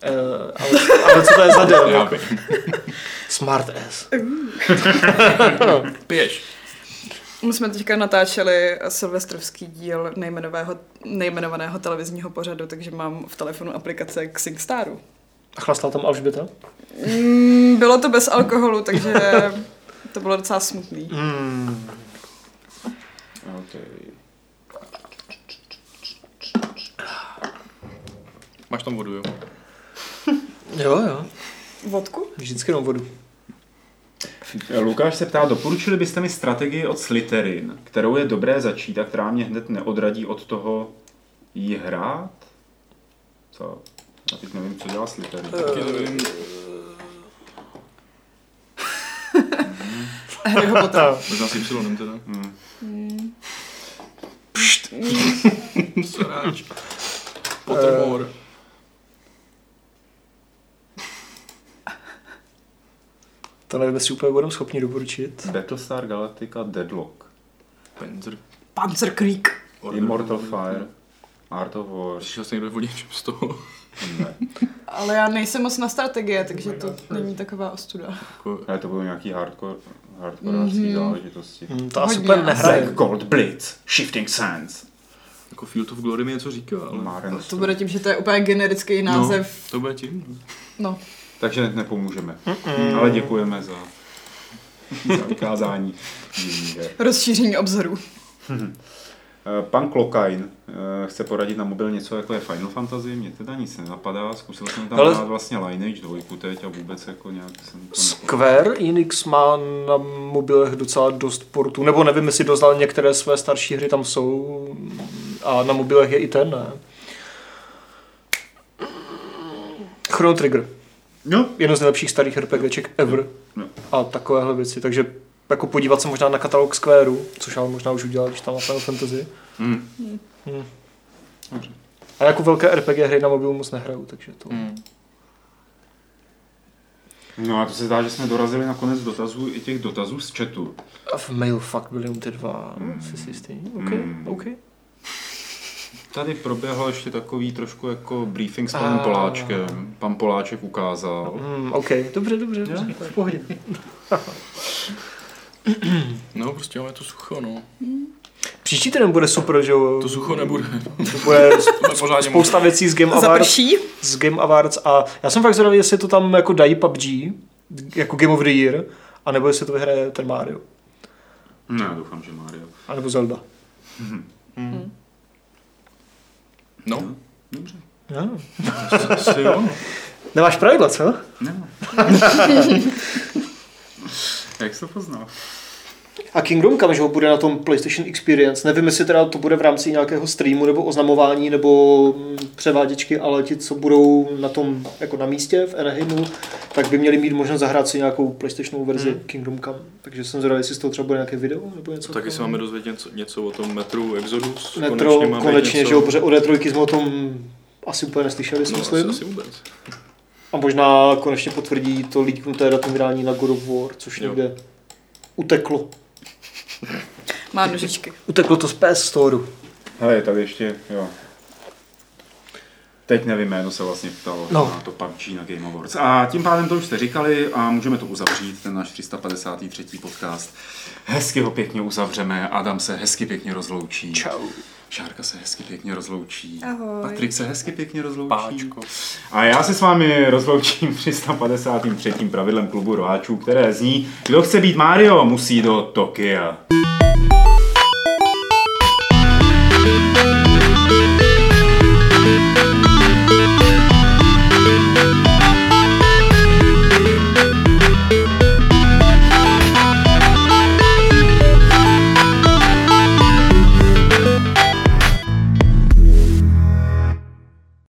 Eh, ale, ale co to je za den? Já vím. Smart S. Piješ. My jsme teďka natáčeli silvestrovský díl nejmenového, nejmenovaného televizního pořadu, takže mám v telefonu aplikace k SingStaru. A chlastala tam Alžběta? Mm, bylo to bez alkoholu, takže to to bylo docela smutný. Hmm. Okay. Máš tam vodu, jo? Jo, jo. Vodku? Vždycky jenom vodu. Lukáš se ptá, doporučili byste mi strategii od Slytherin, kterou je dobré začít a která mě hned neodradí od toho jí hrát? Co? Já teď nevím, co dělá Slytherin. Harryho Potter. Možná si Y teda. Hmm. Pšt! Sráč. Pottermore. To nevím, jestli úplně budeme schopni doporučit. Battlestar Galactica Deadlock. Panzer. Panzerkrieg. Order. Immortal Fire. Art of War. Přišel jsi někde o něčem z toho. Ne. Ale já nejsem moc na strategie, takže to není taková ostuda. Jako, ne to bylo nějaký hardcore, hardcoreácký mm-hmm. záležitosti. Hmm, to asi Hodně. úplně nehraje. Black Gold Blitz. Shifting Sands. jako Field of Glory mi něco říká, ale... Maren To bude tím, že to je úplně generický název. No, to bude tím. No. no. Takže hned nepomůžeme. Mm-mm. Ale děkujeme za, za ukázání. jiných her. Rozšíření obzoru. Eh, Pan Klokajn eh, chce poradit na mobil něco jako je Final Fantasy, mě teda nic nenapadá, zkusil jsem tam Ale- dát vlastně Lineage 2 teď a vůbec jako nějak jsem to nepo... Square Enix má na mobilech docela dost portů, nebo nevím, jestli dost, ale některé své starší hry tam jsou a na mobilech je i ten, ne? Chrono Trigger. No, Jedno z nejlepších starých RPGček ever Jo. a takovéhle věci, takže jako podívat se možná na katalog Squareu, což ale možná už udělal, když tam má Final Fantasy. Mm. Mm. A jako velké RPG hry na mobilu moc nehraju, takže to... Hmm. no a to se zdá, že jsme dorazili na konec dotazů i těch dotazů z chatu. A v mailu fakt byly jenom ty dva, mm. jsi si jistý? OK, Mm. OK. Tady proběhl ještě takový trošku jako briefing s A. panem Poláčkem. Pan Poláček ukázal. Mm, OK, dobře, dobře, dobře, v pohodě. No, prostě máme to sucho, no. Příští týden bude super, že jo? To sucho nebude. bude To je pořádně spousta věcí z Game Awards. Zaprší. Z Game Awards a já jsem fakt zvědavý, jestli to tam jako dají PUBG, jako Game of the Year, anebo jestli to vyhraje ten Mario, Ne, já doufám, že Mario. anebo Zelda. moudré. No, No. asi jo. Nemáš pravidla, co? Jak jsi to poznal? A Kingdom Come, že ho bude na tom PlayStation Experience. Nevím, jestli teda to bude v rámci nějakého streamu nebo oznamování nebo mm, převáděčky, ale ti, co budou na tom jako na místě v Anaheimu, tak by měli mít možnost zahrát si nějakou PlayStationovou verzi hmm. Kingdom Come. Takže jsem zvědavý, jestli z toho třeba bude nějaké video nebo něco. Taky se takového. máme dozvědět něco, něco o tom metru Exodus. Metro, konečně, máme konečně něco- že jo, protože o D3 jsme o tom asi úplně neslyšeli, si No, asi, myslím. asi vůbec. A možná konečně potvrdí to líknuté datum vydání na God of War, což Jo. někde uteklo. Má nožičky. Uteklo to z PS Store. Hele, je tady ještě, jo. Teď nevím, jméno se vlastně ptalo No. no. na to PUBG na Game Awards. A tím pádem to už jste říkali a můžeme to uzavřít, ten náš 353. podcast. Hezky ho pěkně uzavřeme, Adam se hezky pěkně rozloučí. Čau. Šárka se hezky pěkně rozloučí. Ahoj. Patrik se hezky pěkně rozloučí. Páčko. A já se s vámi rozloučím 353. pravidlem klubu roháčů, které zní, kdo chce být Mario, musí do Tokia.